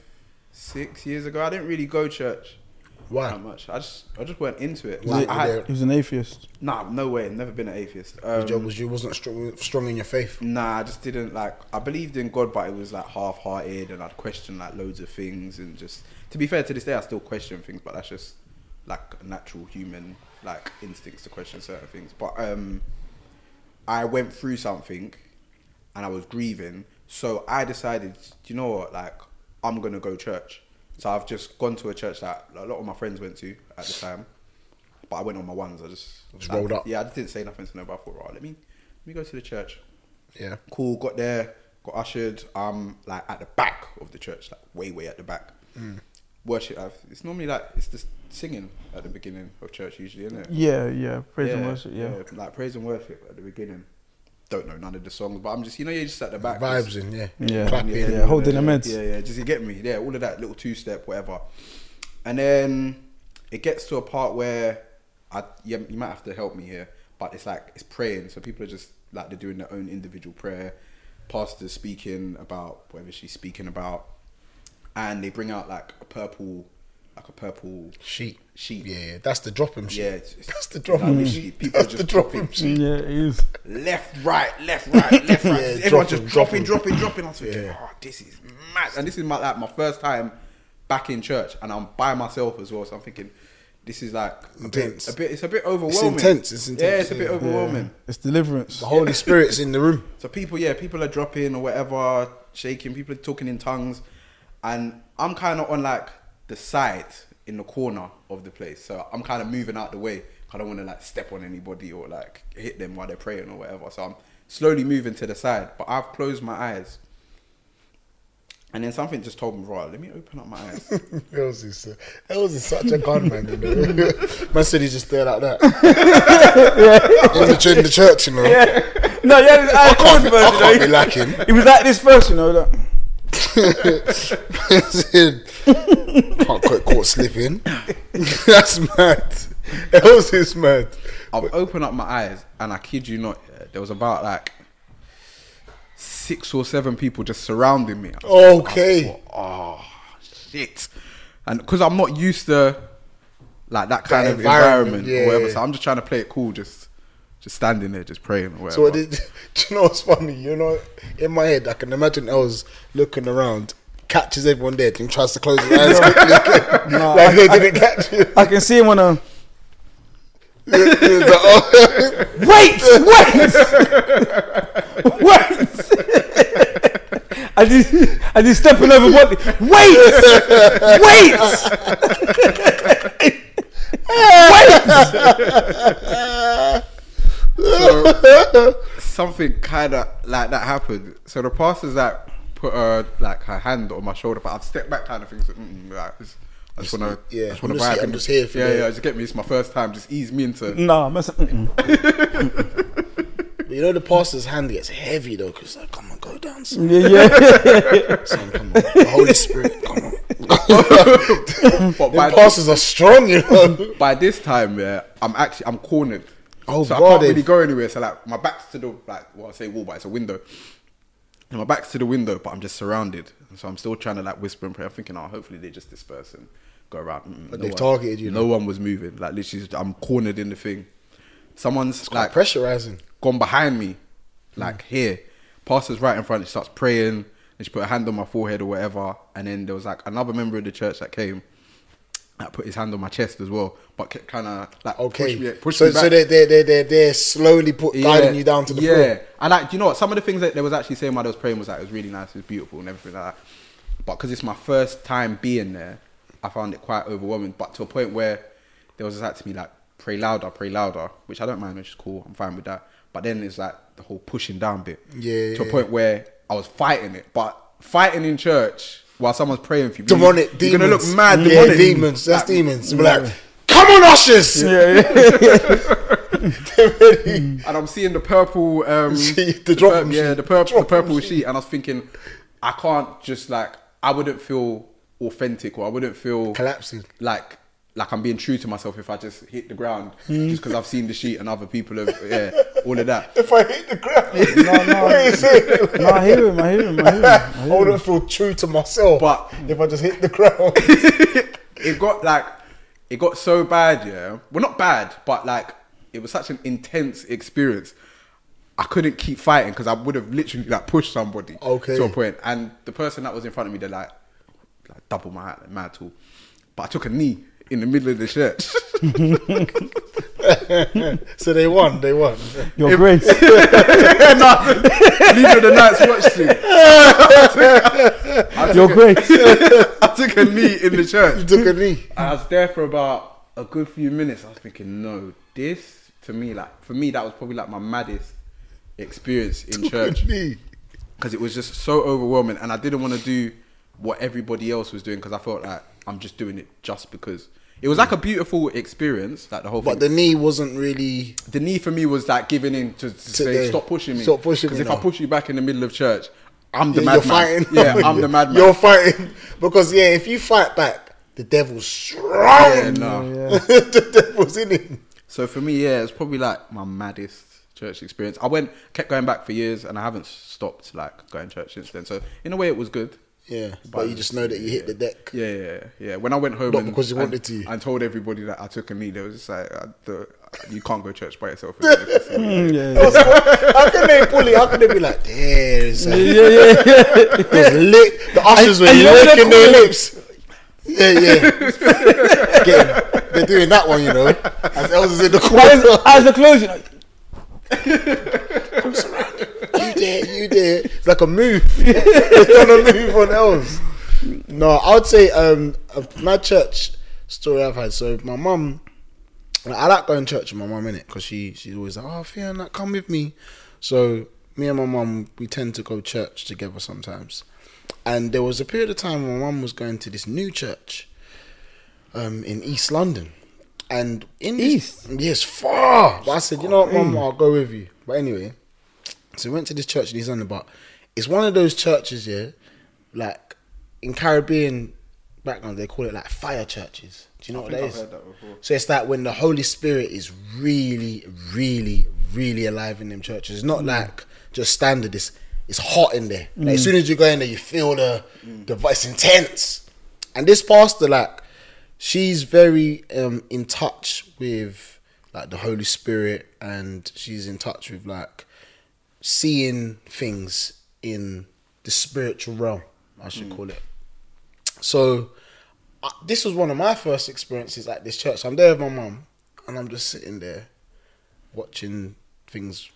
Speaker 4: six years ago, I didn't really go church.
Speaker 3: Why?
Speaker 4: That much. I just, I just weren't into it.
Speaker 3: Was
Speaker 4: Like,
Speaker 3: it-
Speaker 4: I
Speaker 3: were
Speaker 4: had,
Speaker 2: He was an atheist.
Speaker 4: nah, no way. Never been an atheist.
Speaker 3: Your job
Speaker 4: Um,
Speaker 3: was you wasn't strong, strong in your faith.
Speaker 4: nah, I just didn't like. I believed in God, but it was like half-hearted, and I'd question like loads of things, and just to be fair, to this day, I still question things, but that's just like a natural human like instincts to question certain things. But um, I went through something and I was grieving. So I decided, do you know what? Like, I'm going to go church. So I've just gone to a church that a lot of my friends went to at the time. But I went on my ones. I just,
Speaker 3: Just rolled up.
Speaker 4: Yeah, I just didn't say nothing to nobody. I thought, right, let me, let me go to the church.
Speaker 3: Yeah.
Speaker 4: Cool, got there, got ushered. Um, like at the back of the church, like way, way at the back.
Speaker 2: Mm.
Speaker 4: Worship. I've- It's normally like it's the singing at the beginning of church usually, isn't it?
Speaker 2: Yeah. Yeah. Praise and worship. Yeah.
Speaker 4: Like praise and worship at the beginning. Don't know none of the songs, but I'm just you know you're just at the back.
Speaker 3: Vibes
Speaker 4: just-
Speaker 3: in, yeah.
Speaker 2: Yeah.
Speaker 3: Clapping.
Speaker 2: Yeah. holding the meds.
Speaker 4: Yeah, yeah, just you get me. Yeah, all of that little two step, whatever. And then it gets to a part where I yeah, you might have to help me here, but it's like it's praying. So people are just like they're doing their own individual prayer. Pastor's speaking about whatever she's speaking about and they bring out like a purple, like a purple
Speaker 3: Sheep.
Speaker 4: sheep.
Speaker 3: Yeah, that's the drop him sheet.
Speaker 4: Yeah, it's- it's-
Speaker 3: that's the drop him
Speaker 4: like,
Speaker 3: sheet.
Speaker 4: people
Speaker 3: That's
Speaker 4: just
Speaker 3: the drop
Speaker 4: dropping
Speaker 3: him
Speaker 4: shit.
Speaker 3: sheet.
Speaker 2: Yeah, it is.
Speaker 4: left, right, left, right, left, right.
Speaker 3: Yeah,
Speaker 4: Everyone
Speaker 3: dropping,
Speaker 4: just dropping,
Speaker 3: dropping.
Speaker 4: dropping, dropping. I was thinking,
Speaker 3: Yeah.
Speaker 4: oh, this is mad. And this is my like my first time back in church, and I'm by myself as well. So I'm thinking, this is like a
Speaker 3: Intense.
Speaker 4: bit, a bit. It's a bit overwhelming.
Speaker 3: intense, it's
Speaker 4: Yeah,
Speaker 3: intense,
Speaker 4: it's a bit
Speaker 3: yeah.
Speaker 4: overwhelming.
Speaker 2: It's deliverance.
Speaker 3: The Holy Spirit's in the room.
Speaker 4: So people, yeah, people are dropping or whatever, shaking. People are talking in tongues, and I'm kind of on like the side in the corner of the place. So I'm kind of moving out the way. I don't want to like step on anybody or like hit them while they're praying or whatever. So I'm slowly moving to the side, but I've closed my eyes. And then something just told me, right, let me open up my eyes.
Speaker 3: Ells is, uh, Ells is such a gun man. You know? man said he's just there like that. in, the, ch- in the church, you know.
Speaker 2: no, yeah, his eyes closed
Speaker 3: I
Speaker 2: first, you
Speaker 3: can't
Speaker 2: know.
Speaker 3: be lacking.
Speaker 2: eh? He was like this first, you know. Like,
Speaker 3: Man said, can't get caught slipping. That's mad. Ells is mad.
Speaker 4: I've opened up my eyes, and I kid you not, yeah, there was about like six or seven people just surrounding me.
Speaker 3: Okay.
Speaker 4: oh shit and because i'm not used to like that kind of
Speaker 3: environment,
Speaker 4: environment,
Speaker 3: yeah,
Speaker 4: or whatever
Speaker 3: yeah.
Speaker 4: so i'm just trying to play it cool just just standing there just praying or whatever
Speaker 3: So what did, do you know what's funny? You know, in my head, I can imagine Els looking around, catches everyone dead, and tries to close his eyes quickly again,
Speaker 2: No,
Speaker 3: like
Speaker 2: I-
Speaker 3: they didn't catch you.
Speaker 2: I can see him on a.
Speaker 3: It's like,
Speaker 2: Wait,
Speaker 3: oh.
Speaker 2: wait, wait. And he's, and he's stepping over what? Wait, wait, wait.
Speaker 4: something kind of like that happened so the pastor's like put her like her hand on my shoulder but i've stepped back kind of thing so, mm, like, it's- I just want to,
Speaker 3: yeah,
Speaker 4: I just
Speaker 3: I'm
Speaker 4: want to
Speaker 3: just here-
Speaker 4: vibe.
Speaker 3: I'm
Speaker 4: and
Speaker 3: just here for
Speaker 4: yeah,
Speaker 3: the-
Speaker 4: yeah. Just get me. It's my first time. Just ease me into.
Speaker 2: No, I'm not- mm-mm.
Speaker 3: But you know, the pastor's hand gets heavy though, because like, come on, go down, son.
Speaker 2: yeah, yeah.
Speaker 3: son, come on. The Holy Spirit, come on.
Speaker 4: but
Speaker 3: The
Speaker 4: by,
Speaker 3: pastors are strong, you know.
Speaker 4: by this time, yeah, I'm actually I'm cornered.
Speaker 3: Oh,
Speaker 4: so I
Speaker 3: God,
Speaker 4: can't
Speaker 3: they've-
Speaker 4: really go anywhere. So like my back's to the like well I say wall, but it's a window. And my back's to the window, but I'm just surrounded. And so I'm still trying to like whisper and pray. I'm thinking, oh, hopefully they just disperse and go around. Mm,
Speaker 3: But they've targeted you,
Speaker 4: No one was moving. Like literally, I'm cornered in the thing. Someone's
Speaker 3: Like
Speaker 4: like
Speaker 3: pressurizing.
Speaker 4: gone behind me, like here. Pastor's right in front. She starts praying, and she put her hand on my forehead or whatever. And then there was like another member of the church that came, that put his hand on my chest as well, but kept kind of like
Speaker 3: Okay.
Speaker 4: push me, push
Speaker 3: so
Speaker 4: me back.
Speaker 3: so they're, they're, they're, they're, they're slowly put, guiding you down to the
Speaker 4: yeah.
Speaker 3: floor.
Speaker 4: And like, do you know what? Some of the things that they was actually saying while they was praying was like it was really nice, it was beautiful, and everything like that. But because it's my first time being there, I found it quite overwhelming. But to a point where there was like to me like pray louder, pray louder, which I don't mind, which is cool. I'm fine with that. But then it's like the whole pushing down bit.
Speaker 3: Yeah,
Speaker 4: To
Speaker 3: yeah.
Speaker 4: a point where I was fighting it, but fighting in church while someone's praying for you.
Speaker 3: Demonic demons.
Speaker 4: You're gonna look mad.
Speaker 3: Yeah,
Speaker 4: demonic.
Speaker 3: demons. That's
Speaker 4: Like,
Speaker 3: demons. Be like, come on, ushers.
Speaker 4: and I'm seeing the purple, um,
Speaker 3: See, the dropping
Speaker 4: pur- yeah,
Speaker 3: sheet.
Speaker 4: the purple, the
Speaker 3: Dropping
Speaker 4: purple sheet, and I was thinking, I can't just like, I wouldn't feel authentic, or I wouldn't feel
Speaker 3: Collapsing.
Speaker 4: like, like I'm being true to myself if I just hit the ground
Speaker 3: Hmm.
Speaker 4: just because I've seen the sheet and other people have, yeah, all of that.
Speaker 3: If I hit the ground,
Speaker 2: No, no.
Speaker 3: what are you saying?
Speaker 2: No, I hear him. I hear him. I hear him. I
Speaker 3: I
Speaker 2: hear him.
Speaker 3: wouldn't feel true to myself
Speaker 4: But-
Speaker 3: if I just hit the ground.
Speaker 4: it got like it got so bad, yeah. Well, not bad, but like it was such an intense experience. I couldn't keep fighting because I would have literally like pushed somebody
Speaker 3: Okay.
Speaker 4: to a point, and the person that was in front of me, they're like, like double my height, like, mad tall. But I took a knee in the middle of the church.
Speaker 3: so they won. They won.
Speaker 2: Your grace.
Speaker 4: Leader of the Night's Watch team. I took,
Speaker 2: Your grace.
Speaker 4: a, I took a knee in the church.
Speaker 3: You took a knee.
Speaker 4: I was there for about a good few minutes. I was thinking, no, this to me, like for me, that was probably like my maddest experience in church
Speaker 3: Knee.
Speaker 4: because it was just so overwhelming, and I didn't want to do what everybody else was doing because I felt like I'm just doing it just because. It was like a beautiful experience, like the whole.
Speaker 3: But the
Speaker 4: thing.
Speaker 3: knee wasn't really.
Speaker 4: The, need for me was like giving in to, to say,
Speaker 3: the-
Speaker 4: stop pushing me.
Speaker 3: stop pushing
Speaker 4: Because
Speaker 3: me
Speaker 4: if
Speaker 3: now.
Speaker 4: I push you back in the middle of church, I'm the
Speaker 3: Yeah, you're
Speaker 4: madman.
Speaker 3: fighting.
Speaker 4: Yeah, I'm the madman.
Speaker 3: You're fighting because yeah, if you fight back, the devil's strong.
Speaker 4: yeah, no.
Speaker 3: the devil's in him.
Speaker 4: So for me, yeah, it's probably like my maddest church experience. I went, kept going back for years, and I haven't stopped like going to church since then. So in a way, it was good.
Speaker 3: Yeah, but you just know that you hit the deck.
Speaker 4: Yeah, yeah, yeah. When I went home,
Speaker 3: Not
Speaker 4: and,
Speaker 3: because you
Speaker 4: and-
Speaker 3: wanted to.
Speaker 4: and told everybody that I took a knee, they was just like, uh, the, "You can't go to church by yourself." yeah,
Speaker 2: Yeah,
Speaker 3: How can they pull it? How can they be like, there's
Speaker 2: yeah, yeah, yeah.
Speaker 3: It was lit. The ushers were
Speaker 2: and you know what they're
Speaker 3: licking their
Speaker 2: calling it?
Speaker 3: lips. Yeah, yeah. Get- they're doing that one, you know. As Els is in the
Speaker 2: As,
Speaker 3: corner.
Speaker 2: as the closing, like,
Speaker 3: you there, you there. It's like a move. it's not a move on Els. No, I would say um, a- my church story I've had. So my mum, like, I like going to church with my mum in it because she she's always like, oh, Fiona, like, come with me. So me and my mum, we tend to go to church together sometimes. And there was a period of time when my mum was going to this new church um, in East London. And in this-
Speaker 2: East?
Speaker 3: yes, far. But I said, you know what, mum, I'll go with you. But anyway, so we went to this church in East London, but it's one of those churches, yeah, like in Caribbean background, they call it like fire churches. Do you know what that
Speaker 4: think
Speaker 3: is?
Speaker 4: I've heard that before.
Speaker 3: So it's like when the Holy Spirit is really, really, really alive in them churches. It's not like just standard. It's it's hot in there. Like, as soon as you go in there, you feel the the vi- it's intense. And this pastor, like, she's very um in touch with like the Holy Spirit, and she's in touch with like seeing things in the spiritual realm. I should call it. So I, this was one of my first experiences at this church. I'm there with my mum, and I'm just sitting there watching things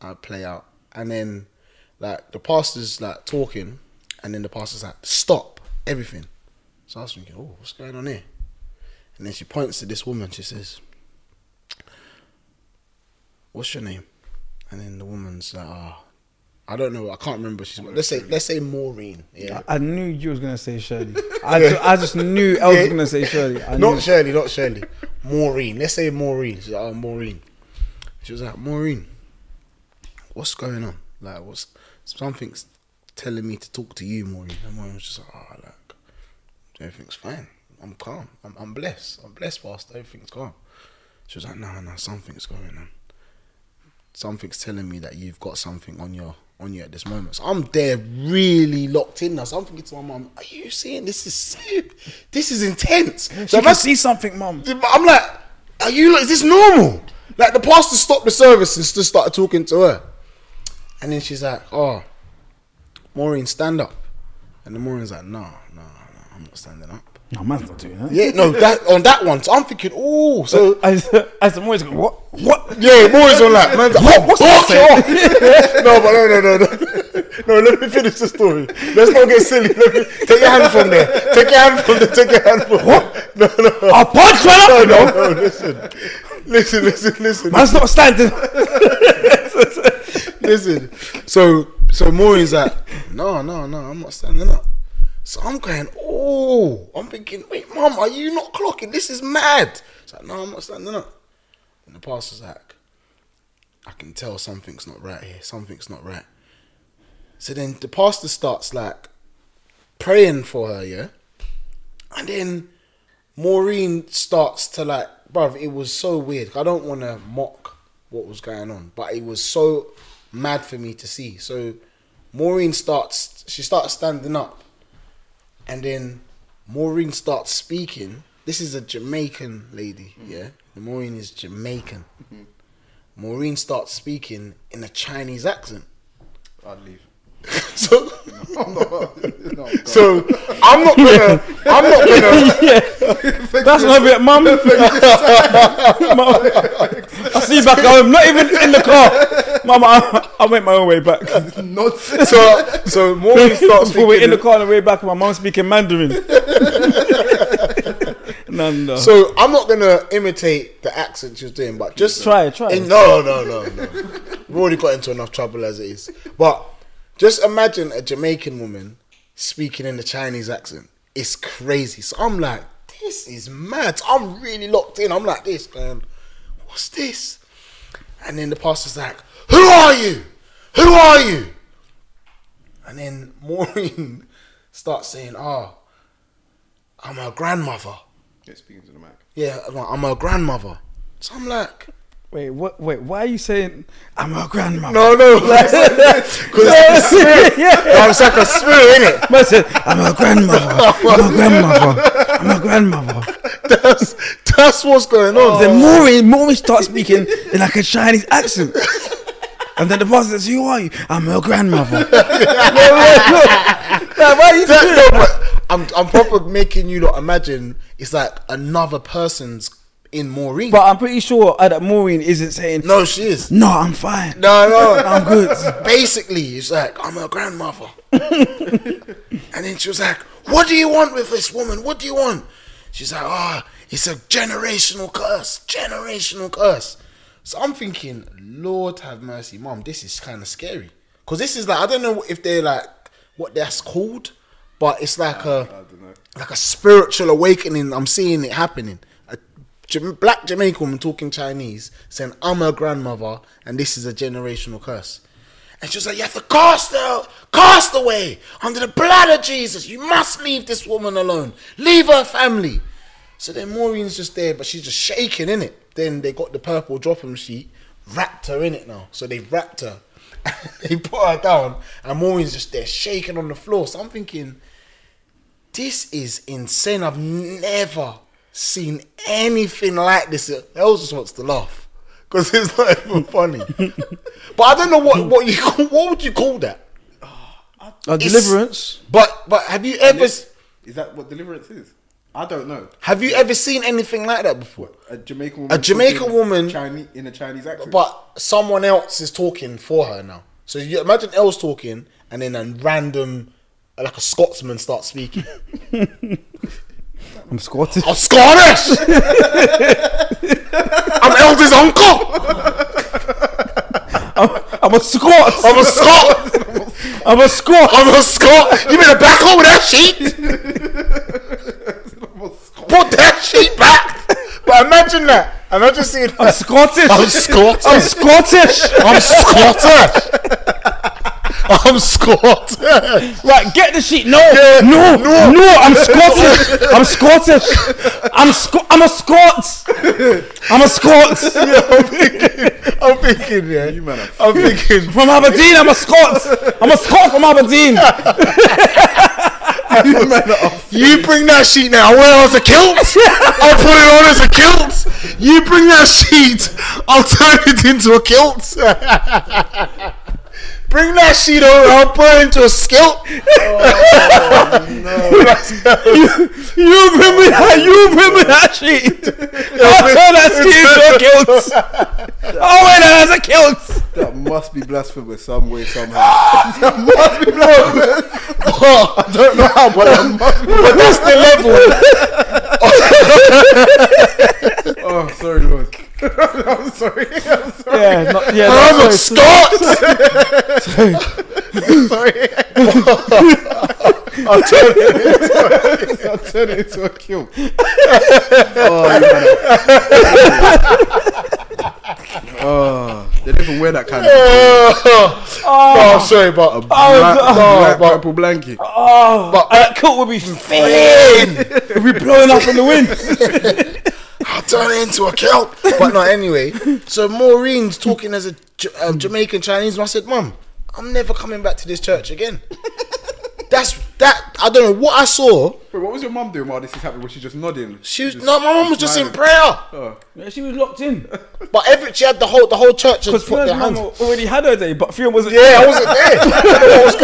Speaker 3: uh, play out. And then, like, the pastor's like talking, and then the pastor's like, "Stop everything." So I was thinking, "Oh, what's going on here?" And then she points to this woman. She says, "What's your name?" And then the woman's like, "Ah, I don't know. I can't remember." She's let's say let's say Maureen. Yeah.
Speaker 2: I knew you was gonna say Shirley. I, ju- I just knew I was gonna say Shirley. I knew.
Speaker 3: Not Shirley, not Shirley. Maureen. Let's say Maureen. She's like, oh, Maureen. She was like, Maureen, what's going on? Like, what's something's telling me to talk to you, Maureen. And Maureen was just like, oh, like, everything's fine. I'm calm. I'm, I'm blessed. I'm blessed, Pastor. Everything's calm. She was like, no, no, something's going on. Something's telling me that you've got something on your on you at this moment. So I'm there really locked in now. So I'm thinking to my mum, are you seeing this is serious? This is intense. So if I
Speaker 2: see something, mum.
Speaker 3: I'm like, are you? Is this normal? Like the pastor stopped the service and just started talking to her, and then she's like, "Oh, Maureen, stand up," and the Maureen's like, "No, no, no, I'm not standing up."
Speaker 2: No, man's not doing that.
Speaker 3: Yeah, no, that on that one. So I'm thinking, oh, so
Speaker 2: I, as I'm always going, what? What?
Speaker 3: yeah, Maureen's on that. Man's like, oh, what's that? no, but no, no, no, no. No, let me finish the story. Let's not get silly. Let me, take your hand from there. Take your hand from there. Take your hand from there. No, no,
Speaker 2: I'll punch man up,
Speaker 3: no,
Speaker 2: you know.
Speaker 3: no, no. Listen, listen, listen, listen.
Speaker 2: Man's not standing.
Speaker 3: Listen, so so Maureen's like, no, no, no, I'm not standing up. So I'm going, oh, I'm thinking, wait, mum, are you not clocking? This is mad. It's like, no, I'm not standing up. And the pastor's like, I can tell something's not right here. Something's not right. So then the pastor starts like praying for her, yeah. And then Maureen starts to like, bruv, it was so weird. I don't want to mock what was going on, but it was so mad for me to see. So Maureen starts, she starts standing up, and then Maureen starts speaking. This is a Jamaican lady, yeah. Maureen is Jamaican. Maureen starts speaking in a Chinese accent.
Speaker 4: I'd leave.
Speaker 3: So,
Speaker 4: I'm not. no, God.
Speaker 3: so I'm not gonna, I'm not gonna.
Speaker 2: yeah. That's not it, mum. Mum. I see you back home, not even in the car. Mum, I, I went my own way back.
Speaker 4: not.
Speaker 3: So, so Maureen starts
Speaker 2: Before we're in
Speaker 3: speaking.
Speaker 2: the car on the way back, my mum speaking Mandarin. no, no.
Speaker 3: So I'm not gonna imitate the accent she was doing, but just
Speaker 2: Try, try.
Speaker 3: And no, no, no, no. We've already got into enough trouble as it is. But just imagine a Jamaican woman speaking in a Chinese accent. It's crazy. So I'm like, this is mad. So I'm really locked in. I'm like this, man. What's this? And then the pastor's like, Who are you? Who are you? And then Maureen starts saying, Oh, I'm her grandmother
Speaker 4: Yeah, speaking to the mic.
Speaker 3: yeah, I'm, I'm her grandmother. So I'm like,
Speaker 2: Wait, what? Wait, why are you saying I'm a grandma?
Speaker 3: No, no, because it's the spirit. No, it's like a spirit, innit?
Speaker 2: Man said, I'm a grandmother. I'm a grandmother. I'm a grandmother.
Speaker 3: That's that's what's going on.
Speaker 2: Then Maury, Maury starts speaking in like a Chinese accent. And then the pastor says, Who are you? I'm her grandmother. no, why are you
Speaker 3: That- no, but I'm I'm proper making you lot imagine it's like another person's in Maureen.
Speaker 2: But I'm pretty sure uh, that Maureen isn't saying,
Speaker 3: no, she is.
Speaker 2: No, I'm fine.
Speaker 3: No, no,
Speaker 2: I'm good.
Speaker 3: Basically, it's like I'm her grandmother, and then she was like, "What do you want with this woman? What do you want?" She's like, "Ah, it's a generational curse, generational curse." So I'm thinking, Lord have mercy, Mom, this is kind of scary because this is like I don't know if they're like what that's called, but it's like a like a spiritual awakening. I'm seeing it happening. A Jam- black Jamaican woman talking Chinese saying, "I'm her grandmother, and this is a generational curse." And she was like, "You have to cast out, cast away under the blood of Jesus. You must leave this woman alone. Leave her family." So then Maureen's just there, but she's just shaking in it. Then they got the purple dropping sheet, wrapped her in it now. So they wrapped her. they put her down, and Maureen's just there shaking on the floor. So I'm thinking, this is insane. I've never seen anything like this. Els just wants to laugh because it's not even funny. but I don't know what what you call, what would you call that?
Speaker 2: Uh,
Speaker 3: It's-
Speaker 2: deliverance.
Speaker 3: But but have you ever
Speaker 4: Is that what deliverance is? I don't know.
Speaker 3: have you ever seen anything like that before?
Speaker 4: A Jamaican woman.
Speaker 3: A Jamaican
Speaker 4: talking
Speaker 3: woman-
Speaker 4: Chinese, in a Chinese accent.
Speaker 3: But someone else is talking for her now. So you imagine Els talking, and then a random like a Scotsman starts speaking.
Speaker 2: I'm Scottish.
Speaker 3: I'm Scottish. I'm Elder's uncle.
Speaker 2: I'm, I'm a Scot.
Speaker 3: I'm a Scot.
Speaker 2: I'm a Scot.
Speaker 3: I'm a Scot. You better back over that sheet. Put that sheet back. But imagine that. Imagine seeing.
Speaker 2: I'm Scottish.
Speaker 3: I'm Scottish.
Speaker 2: I'm Scottish.
Speaker 3: I'm Scottish. I'm Scottish.
Speaker 2: Right, get the sheet. No,
Speaker 3: Yeah,
Speaker 2: no,
Speaker 3: no.
Speaker 2: no, I'm Scottish. I'm Scottish. I'm Sc- I'm a Scots. I'm a Scots.
Speaker 3: I'm thinking, yeah. You
Speaker 4: man are
Speaker 3: I'm thinking.
Speaker 2: From Aberdeen, I'm a Scots. I'm a Scot from Aberdeen.
Speaker 3: You bring that sheet now. I wear it as a kilt. I'll put it on as a kilt. You bring that sheet. I'll turn it into a kilt. bring that sheet over. I'll put it into a skilt.
Speaker 2: You bring me that. You bring me that sheet. I'll turn that sheet into a kilt. I'll wear that as a kilt.
Speaker 4: that must be blasphemous some way,
Speaker 3: I
Speaker 4: somehow.
Speaker 3: don't know how, but, but that's the level.
Speaker 4: oh, sorry, Lord. I'm sorry. I'm sorry.
Speaker 2: Yeah, not, yeah.
Speaker 3: I'm a
Speaker 2: that's right.
Speaker 3: Scot.
Speaker 4: sorry.
Speaker 3: I'll turn it.
Speaker 4: I'll turn it into a kill. oh, you man. oh, they don't even wear that kind of
Speaker 3: Oh,
Speaker 2: Oh,
Speaker 3: sorry, but a
Speaker 4: black,
Speaker 3: black,
Speaker 4: black
Speaker 3: black,
Speaker 4: purple blanket.
Speaker 2: oh.
Speaker 3: But-
Speaker 2: And that kilt would be flying. It'd be blowing up in the wind.
Speaker 3: I'll turn it into a kelp. But not anyway. So Maureen's talking as a, J- a Jamaican Chinese, and I said, "Mum, I'm never coming back to this church again." That's that. I don't know what I saw.
Speaker 4: Wait, what was your mum doing while this is happening? Was she just nodding?
Speaker 3: She was,
Speaker 4: Just
Speaker 3: no, my mum was just in
Speaker 4: smiling?
Speaker 3: prayer.
Speaker 4: Oh,
Speaker 2: Yeah, she was locked in.
Speaker 3: But every she had the whole the whole church had
Speaker 2: Because
Speaker 3: put their
Speaker 2: Fiona's
Speaker 3: hands.
Speaker 2: mum already had her day, but Fiona wasn't.
Speaker 3: Yeah, I wasn't there. I don't know what's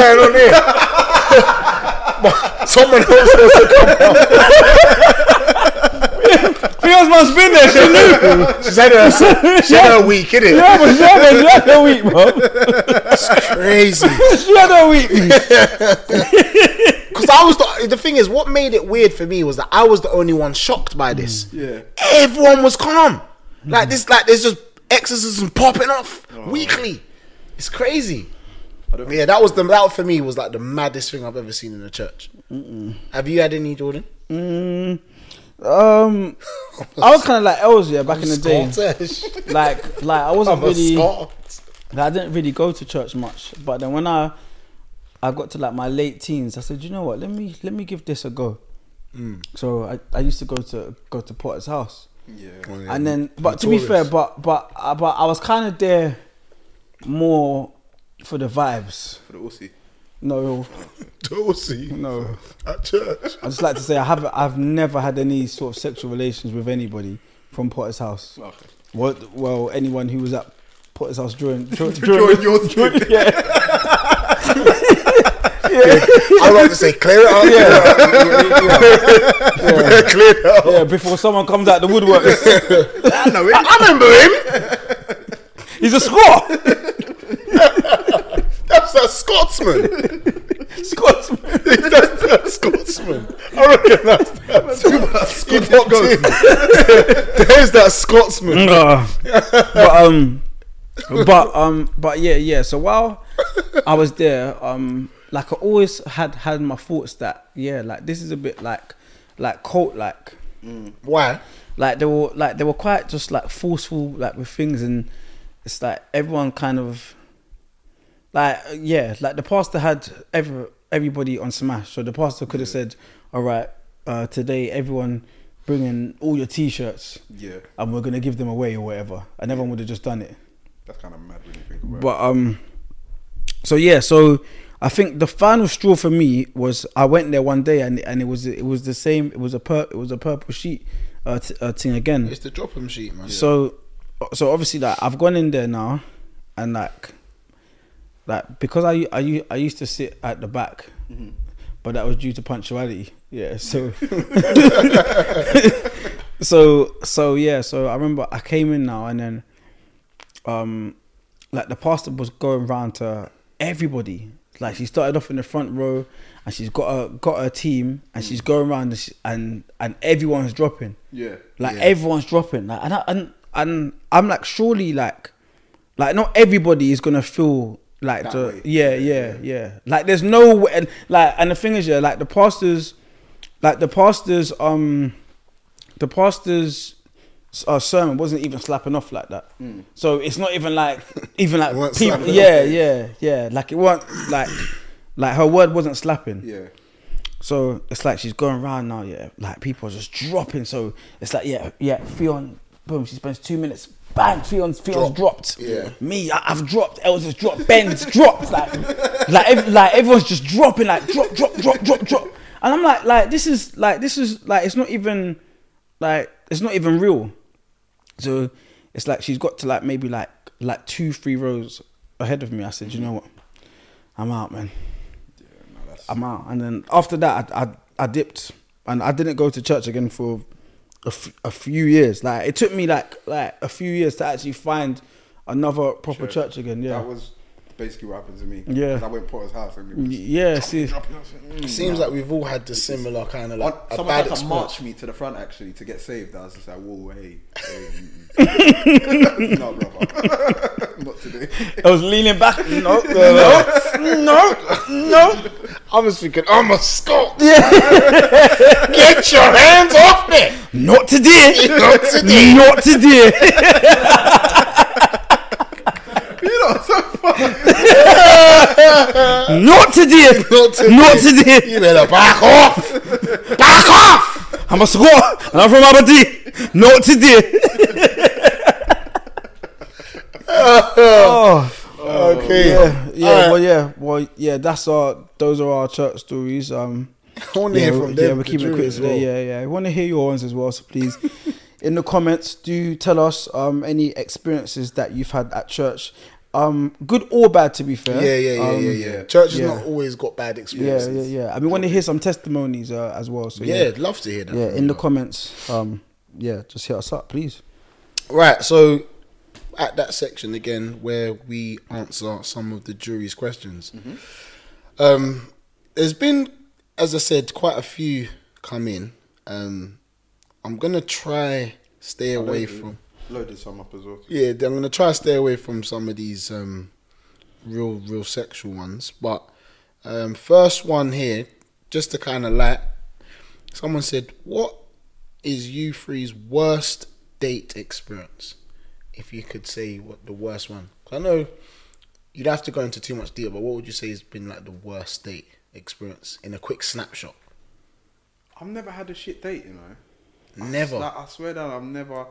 Speaker 3: going on here. But someone else was
Speaker 2: Fiona's mum's been there. She knew.
Speaker 3: She's had her, she had her week, innit?
Speaker 2: Yeah, but she had her, she had her week, bro.
Speaker 3: Crazy.
Speaker 2: She had her week.
Speaker 3: Because I was the, the thing is, what made it weird for me was that I was the only one shocked by this.
Speaker 4: yeah.
Speaker 3: Everyone was calm. Like this, like there's just exorcism popping off weekly. It's crazy.
Speaker 4: don't-
Speaker 3: Yeah, that was the that for me was like the maddest thing I've ever seen in a church. Have you had any, Jordan?
Speaker 2: Mm, Um, I was kind of like Els, yeah, back in the day.
Speaker 3: Scottish.
Speaker 2: Like, like I wasn't
Speaker 3: I'm a
Speaker 2: really.
Speaker 3: Scot.
Speaker 2: like, I didn't really go to church much, but then when I I got to like my late teens, I said, you know
Speaker 3: Mm.
Speaker 2: what? Let me let me give this a go. So I, I used to go to go to Potter's house,
Speaker 4: Yeah.
Speaker 3: Well, yeah.
Speaker 2: and then but to be
Speaker 3: Notorious.
Speaker 2: fair but but uh, but i was kind of there more for the vibes
Speaker 4: For the Aussie.
Speaker 2: no
Speaker 1: Dorsey.
Speaker 2: no
Speaker 1: At church.
Speaker 2: i just like to say i haven't i've never had any sort of sexual relations with anybody from potter's house
Speaker 4: Okay.
Speaker 2: what well anyone who was at potter's house during during,
Speaker 4: During your stint.
Speaker 2: yeah
Speaker 3: I was about to say clear it up.
Speaker 1: Clear that up.
Speaker 2: yeah before someone comes out the woodwork
Speaker 4: I know it.
Speaker 1: I remember him.
Speaker 2: he's a squaw
Speaker 1: That's that Scotsman.
Speaker 2: Scotsman.
Speaker 1: that's that Scotsman. I reckon that's that. he popped in. There's that Scotsman.
Speaker 2: but um, but um, but yeah, yeah. So while I was there, um, like I always had had my thoughts that yeah, like this is a bit like like cult like
Speaker 3: Why?
Speaker 2: like they were like they were quite just like forceful like with things and it's like everyone kind of like uh, yeah like the pastor had every everybody on smash so the pastor could have said all right uh today everyone bring in all your t-shirts
Speaker 4: Yeah.
Speaker 2: and we're gonna give them away or whatever and everyone would have just done it
Speaker 4: That's kind of mad when you think about
Speaker 2: but um, so yeah, so I think the final straw for me was I went there one day and and it was it was the same. It was a pur- it was a purple sheet uh, t- uh thing again.
Speaker 3: It's the drop 'em sheet, man.
Speaker 2: So so obviously like I've gone in there now, and like like because I I u- I used to sit at the back. But that was due to punctuality. Yeah. So, so, so yeah. So I remember I came in now, and then um like the pastor was going round to everybody like she started off in the front row and she's got her got her team and she's going around and, she, and and everyone's dropping
Speaker 4: Yeah.
Speaker 2: like
Speaker 3: Yeah.
Speaker 2: everyone's dropping like and, I, and and i'm like surely like like not everybody is gonna feel like
Speaker 4: That
Speaker 2: the
Speaker 4: way.
Speaker 2: yeah, yeah yeah like there's no way and, like and the thing is yeah like the pastors like the pastors um the pastor's uh, sermon wasn't even slapping off like that. So it's not even like even
Speaker 3: It
Speaker 2: like
Speaker 3: weren't
Speaker 2: people.
Speaker 3: slapping
Speaker 2: Yeah, yeah, yeah. Like it weren't like like her word wasn't slapping.
Speaker 4: Yeah.
Speaker 2: So it's like she's going around now. Yeah, like people are just dropping. So it's like yeah, yeah. Fion, boom. She spends two minutes. Bang, Fion's Fion's dropped.
Speaker 3: Yeah.
Speaker 2: Me, I, I've dropped. Els has dropped. Ben's dropped. Like, like, ev- like everyone's just dropping. Like, drop, drop, drop, drop, drop. And I'm like, like this is like this is like it's not even like it's not even real. So it's like she's got to like maybe like like two, three rows ahead of me. I said, you know what, I'm out, man.
Speaker 4: No, that's,
Speaker 2: I'm out. And then after that, I, I, I dipped and I didn't go to church again for a, f- a few years. Like it took me like like a few years to actually find another proper
Speaker 4: Church.
Speaker 2: church, again. Yeah.
Speaker 4: That was basically what happened to me.
Speaker 2: Yeah.
Speaker 4: 'Cause I went to Potter's house and it
Speaker 2: Y-
Speaker 4: was
Speaker 2: yeah. See.
Speaker 4: dropping off. Mm.
Speaker 3: Seems like we've all had the similar kind of like
Speaker 4: One-
Speaker 3: a
Speaker 4: Someone
Speaker 3: bad
Speaker 4: had to
Speaker 3: experience.
Speaker 4: march me to the front actually to get saved. I was just like, whoa, hey, hey mm-mm. no, brother, not today.
Speaker 2: I was leaning back. No. No. No. No.
Speaker 3: I was thinking, I'm a Scot.
Speaker 2: Yeah.
Speaker 3: Get your hands off me.
Speaker 2: Not today.
Speaker 3: Not today.
Speaker 2: Not today.
Speaker 4: You know, so funny.
Speaker 2: Not today.
Speaker 3: Not today.
Speaker 2: Not today.
Speaker 3: You better back off. Back off.
Speaker 2: I'm a squat and I'm from Aberdeen. Not today. oh.
Speaker 3: Okay.
Speaker 2: yeah, yeah,
Speaker 3: Alright.
Speaker 2: well, yeah, well, yeah. That's our, those are our church stories. Um,
Speaker 3: I want to
Speaker 2: yeah,
Speaker 3: hear
Speaker 2: we-
Speaker 3: from
Speaker 2: yeah,
Speaker 3: them.
Speaker 2: we're
Speaker 3: the
Speaker 2: keeping it
Speaker 3: jury
Speaker 2: quick
Speaker 3: as
Speaker 2: today.
Speaker 3: well.
Speaker 2: Yeah, yeah. We want to hear your ones as well, so please, in the comments, do tell us um any experiences that you've had at church, um, good or bad. To be fair,
Speaker 3: Yeah, yeah, yeah,
Speaker 2: Um,
Speaker 3: yeah, yeah. Church has
Speaker 2: yeah.
Speaker 3: not always got bad
Speaker 2: yeah,
Speaker 3: experiences.
Speaker 2: yeah, yeah. And we want to hear some testimonies uh, as well. So
Speaker 3: Yeah,
Speaker 2: yeah,
Speaker 3: I'd love to hear that.
Speaker 2: yeah,
Speaker 3: from
Speaker 2: in the
Speaker 3: you.
Speaker 2: comments, um, yeah, just hit us up, please.
Speaker 3: Right, so at that section again where we answer some of the jury's questions.
Speaker 2: Mm-hmm.
Speaker 3: Um, there's been, as I said, quite a few come in. Um, I'm gonna try stay away
Speaker 4: Loaded-
Speaker 3: from.
Speaker 4: loaded some up as well.
Speaker 3: Yeah, I'm gonna try stay away from some of these um, real, real sexual ones. But um, first one here, just to kind of like, someone said, "What is you three's worst date experience?" If you could say what the worst one, 'Cause I know you'd have to go into too much detail, but what would you say has been like the worst date experience in a quick snapshot?
Speaker 4: I've never had a shit date, you know.
Speaker 3: Never.
Speaker 4: Like, I swear down, I've never.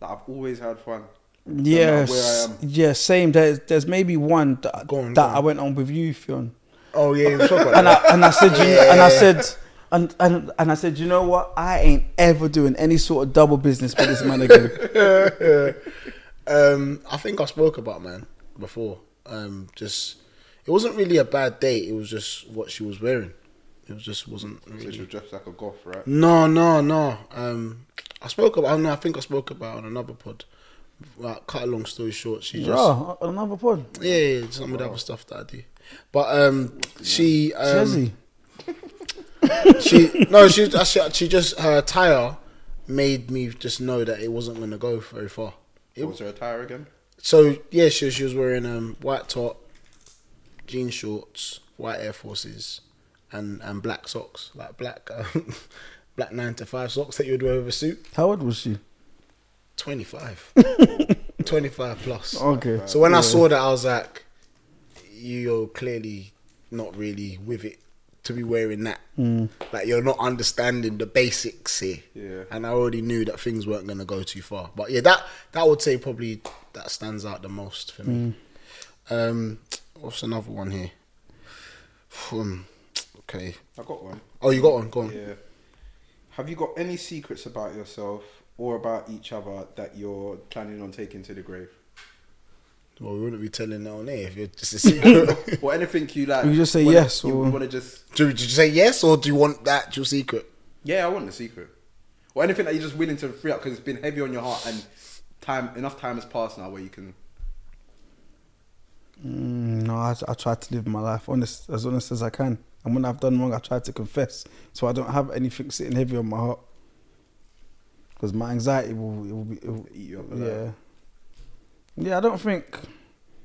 Speaker 4: Like, I've always had fun. No matter
Speaker 2: Yes.
Speaker 4: where I am.
Speaker 2: Yeah, same. There's, there's maybe one that,
Speaker 3: Go on,
Speaker 2: that
Speaker 3: go on.
Speaker 2: I went on with you, Fionn.
Speaker 3: Oh yeah, we talk about
Speaker 2: and
Speaker 3: that.
Speaker 2: I and I said, you, and I
Speaker 3: Yeah.
Speaker 2: said, and, and and I said, you know what? I ain't ever doing any sort of double business with this man again.
Speaker 3: um, I think I spoke about man before. Um, just it wasn't really a bad date. It was just what she was wearing. It was just wasn't
Speaker 4: So she
Speaker 3: really.
Speaker 4: was dressed like a goth, right?
Speaker 3: No, no, no. Um, I spoke about. No, I think I spoke about on another pod. Like, cut a long story short, she just
Speaker 2: Bro, on another pod.
Speaker 3: yeah, yeah, yeah, some of the other stuff that I do. But um, she um,
Speaker 2: Chelsea.
Speaker 3: she no, she she she just her tire made me just know that it wasn't going to go very far. It
Speaker 4: What was her attire again?
Speaker 3: So yeah, she she was wearing um white top, jean shorts, white Air Forces, and and black socks, like black um, black nine to five socks that you would wear with a suit.
Speaker 2: How old was she?
Speaker 3: 25. 25 plus.
Speaker 2: Okay.
Speaker 3: So when I saw that, I was like, you're clearly not really with it to be wearing that. Like you're not understanding the basics here.
Speaker 4: Yeah.
Speaker 3: And I already knew that things weren't gonna go too far. But yeah, that that would say probably that stands out the most for me. Um, what's another one here? Um, okay.
Speaker 4: I got one.
Speaker 3: Oh, you got one. Go on.
Speaker 4: Yeah. Have you got any secrets about yourself or about each other that you're planning on taking to the grave?
Speaker 3: Well, we wouldn't be telling that on air if you're just a secret.
Speaker 4: Or anything you like?
Speaker 2: You just say
Speaker 4: wanna-
Speaker 2: yes,
Speaker 4: You
Speaker 2: or-
Speaker 4: want to just
Speaker 3: do, did you say yes or do you want that your secret?
Speaker 4: yeah, I want the secret. Or anything that you're just willing to free up because it's been heavy on your heart and time enough time has passed now where you can.
Speaker 2: Mm, no, I, I try to live my life honest, as honest as I can. And when I've done wrong, I try to confess, so I don't have anything sitting heavy on my heart. Because my anxiety will, it will be, it will,
Speaker 4: Eat you up,
Speaker 2: yeah,
Speaker 4: like.
Speaker 2: yeah. I don't think,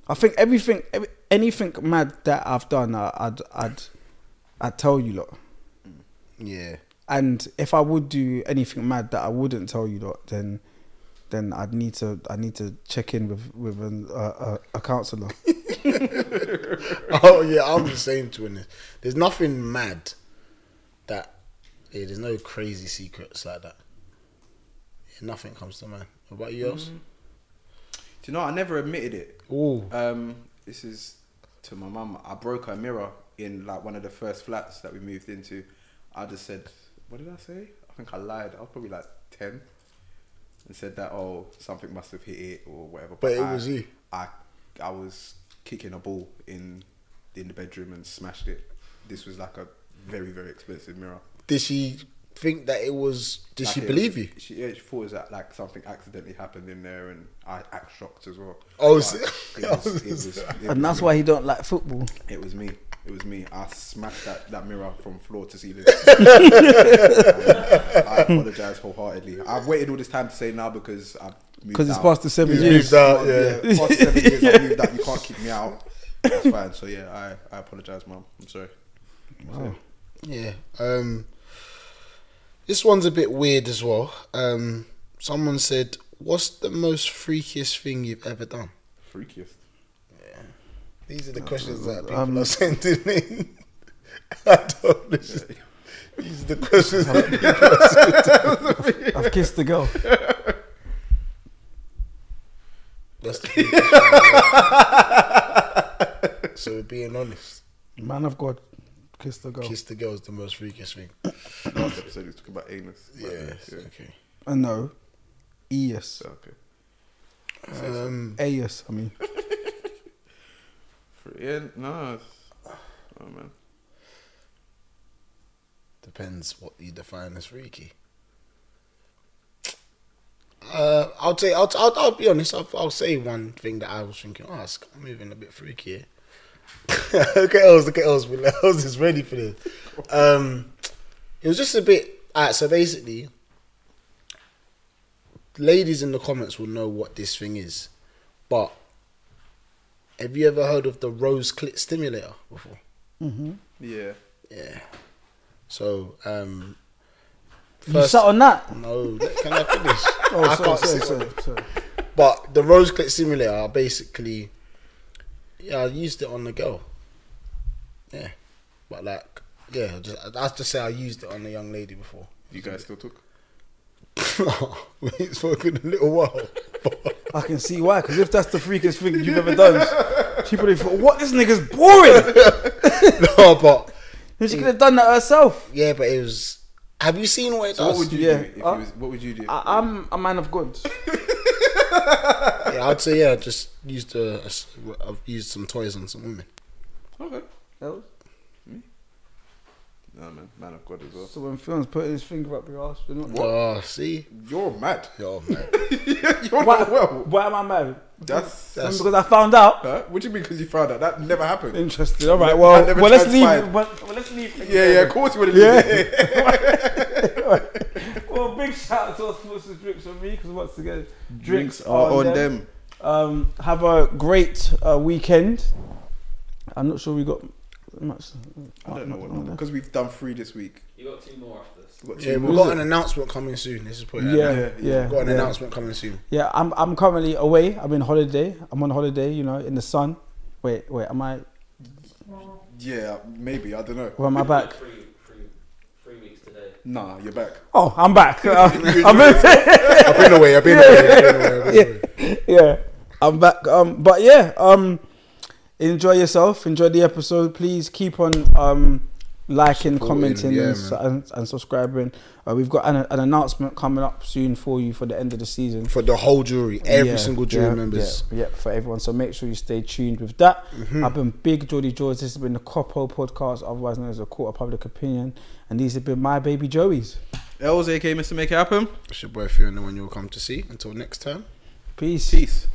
Speaker 2: I think everything, every, anything mad that I've done, I, I'd, I'd, I'd tell you lot.
Speaker 3: Yeah.
Speaker 2: And if I would do anything mad that I wouldn't tell you lot, then, then I'd need to, I need to check in with with an, uh, a, a counselor.
Speaker 3: Oh yeah, I'm the same to witness. There's nothing mad that yeah, there's no crazy secrets like that. Yeah, nothing comes to mind. What about you else?
Speaker 4: Do you know? I never admitted it.
Speaker 3: Ooh.
Speaker 4: Um, this is to my mum. I broke her mirror in like one of the first flats that we moved into. I just said, what did I say? I think I lied. I was probably like ten, and said that oh something must have hit it or whatever.
Speaker 3: But it
Speaker 4: I-
Speaker 3: was you.
Speaker 4: I I was kicking a ball in in the bedroom and smashed it. This was like a very very expensive mirror.
Speaker 3: Did she think that it was did
Speaker 4: Like
Speaker 3: she
Speaker 4: it-
Speaker 3: believe you?
Speaker 4: She, yeah, she thought it was that like something accidentally happened in there, and I act shocked as well.
Speaker 3: Oh,
Speaker 4: But
Speaker 3: so-
Speaker 4: it was, it was, it was
Speaker 2: and that's
Speaker 4: me.
Speaker 2: why he don't like football.
Speaker 4: It was me. It was me. I smashed that, that mirror from floor to ceiling. I apologize wholeheartedly. I've waited all this time to say now because I've moved
Speaker 2: Because it's
Speaker 4: out.
Speaker 2: past the seven
Speaker 3: He's
Speaker 2: years.
Speaker 3: moved out, Uh, yeah.
Speaker 4: past seven years I've moved out. You can't kick me out. That's fine. So yeah, I, I apologize, mum. I'm sorry.
Speaker 3: Yeah. Um This one's a bit weird as well. Um someone said, What's the most freakiest thing you've ever done?
Speaker 4: Freakiest.
Speaker 3: These are the questions that people
Speaker 2: I'm-
Speaker 3: are sending in. I don't listen. These are the questions that people are sending.
Speaker 2: I've kissed the girl.
Speaker 3: That's the big question. so we're being honest,
Speaker 2: Man of God, kissed the girl.
Speaker 3: kiss the girl is the most freakish thing.
Speaker 4: Last episode we was talking about anus. But,
Speaker 3: Yes.
Speaker 4: yeah.
Speaker 3: Okay.
Speaker 2: Uh, no. E Eus.
Speaker 4: So, okay.
Speaker 3: Um,
Speaker 2: Eus, I mean.
Speaker 4: Free- Yeah, no. it's- Oh man.
Speaker 3: depends what you define as freaky. Uh, I'll say I'll, I'll I'll be honest. I'll, I'll say one thing that I was thinking. Oh, it's moving a bit freaky. here. look at Els, look at Els. look at Els is ready for this. Um, it was just a bit. Alright, so basically, ladies in the comments will know what this thing is. But have you ever heard of the rose clit stimulator before?
Speaker 2: Mm-hmm.
Speaker 4: Yeah.
Speaker 3: Yeah. So um,
Speaker 2: You sat on that?
Speaker 3: no, can I finish?
Speaker 2: Oh,
Speaker 3: I
Speaker 2: sorry,
Speaker 3: can't
Speaker 2: sorry,
Speaker 3: sit on
Speaker 2: sorry, sorry.
Speaker 3: But the rose clit simulator are basically, yeah, I used it on the girl. Yeah, but like, yeah, I just, I- that's just say I used it on a young lady before.
Speaker 4: You guys still took?
Speaker 3: He's spoken a little while.
Speaker 2: I can see why, because if that's the freakiest thing you've ever done, she probably thought, "What this nigga's boring."
Speaker 3: no, but
Speaker 2: And she could have done that herself.
Speaker 3: yeah, but it was. Have you seen what it
Speaker 4: So
Speaker 3: does?
Speaker 4: what would you
Speaker 2: Yeah.
Speaker 4: do? If
Speaker 2: Huh?
Speaker 4: you was, what would you do?
Speaker 2: I, I'm a man of God.
Speaker 3: yeah, I'd say yeah. Just used uh, s- I've used some toys on some women.
Speaker 4: okay.
Speaker 2: So
Speaker 4: No man, man of God as well.
Speaker 2: when Fion's putting his finger up your ass, you're not.
Speaker 3: Oh, see,
Speaker 4: You're mad.
Speaker 3: oh man,
Speaker 4: You're
Speaker 2: Why,
Speaker 4: not well.
Speaker 2: why am I married?
Speaker 4: That's.
Speaker 3: that's
Speaker 2: because I found out.
Speaker 4: Huh? What do you mean? Because you found out that never happened.
Speaker 2: Interesting. All right.
Speaker 4: That
Speaker 2: Well,
Speaker 4: never
Speaker 2: well, let's leave.
Speaker 4: transpired.
Speaker 2: Well, well, let's leave.
Speaker 4: Yeah, yeah. Of course you would have.
Speaker 2: Yeah. well, big shout out to us for some drinks on me because once again, drinks, are on, them. Um, have a great uh, weekend. I'm not sure we got much. oh,
Speaker 4: I don't know what number because we've done three this week.
Speaker 5: You got two more after this.
Speaker 4: We've got two
Speaker 3: yeah,
Speaker 4: more.
Speaker 3: we've got an announcement coming soon. This is put it out
Speaker 2: Yeah,
Speaker 3: now.
Speaker 2: yeah, yeah.
Speaker 3: We've got an
Speaker 2: yeah.
Speaker 3: announcement coming soon.
Speaker 2: Yeah, I'm I'm currently away. I'm on holiday. I'm on holiday. You know, in the sun. Wait, wait. Am I?
Speaker 4: Yeah, maybe I don't know.
Speaker 2: Where am I back?
Speaker 5: Three, three, three weeks today.
Speaker 4: Nah, you're back.
Speaker 2: Oh, I'm back. Uh, I'm
Speaker 3: I've been away. I've been away. I've been away. I've been away.
Speaker 2: yeah, yeah. I'm back. Um, but yeah, um, enjoy yourself. Enjoy the episode. Please keep on um liking,
Speaker 3: Supporting,
Speaker 2: commenting,
Speaker 3: yeah,
Speaker 2: and, su- and, and subscribing. Uh, we've got an, an announcement coming up soon for you for the end of the season.
Speaker 3: For the whole jury, every
Speaker 2: Yeah,
Speaker 3: single jury
Speaker 2: yeah,
Speaker 3: members. Hmm. Mm-hmm.
Speaker 2: Yeah, yeah, for everyone. So make sure you stay tuned with that. I've been Big Geordie George. This has been the Copo podcast, otherwise known as the Court of Public Opinion. And these have been my baby Joey's.
Speaker 4: L's, aka Mr. Make It Happen.
Speaker 3: It's your boy Fiona when you'll come to see. Until next time.
Speaker 2: Peace.
Speaker 4: Peace.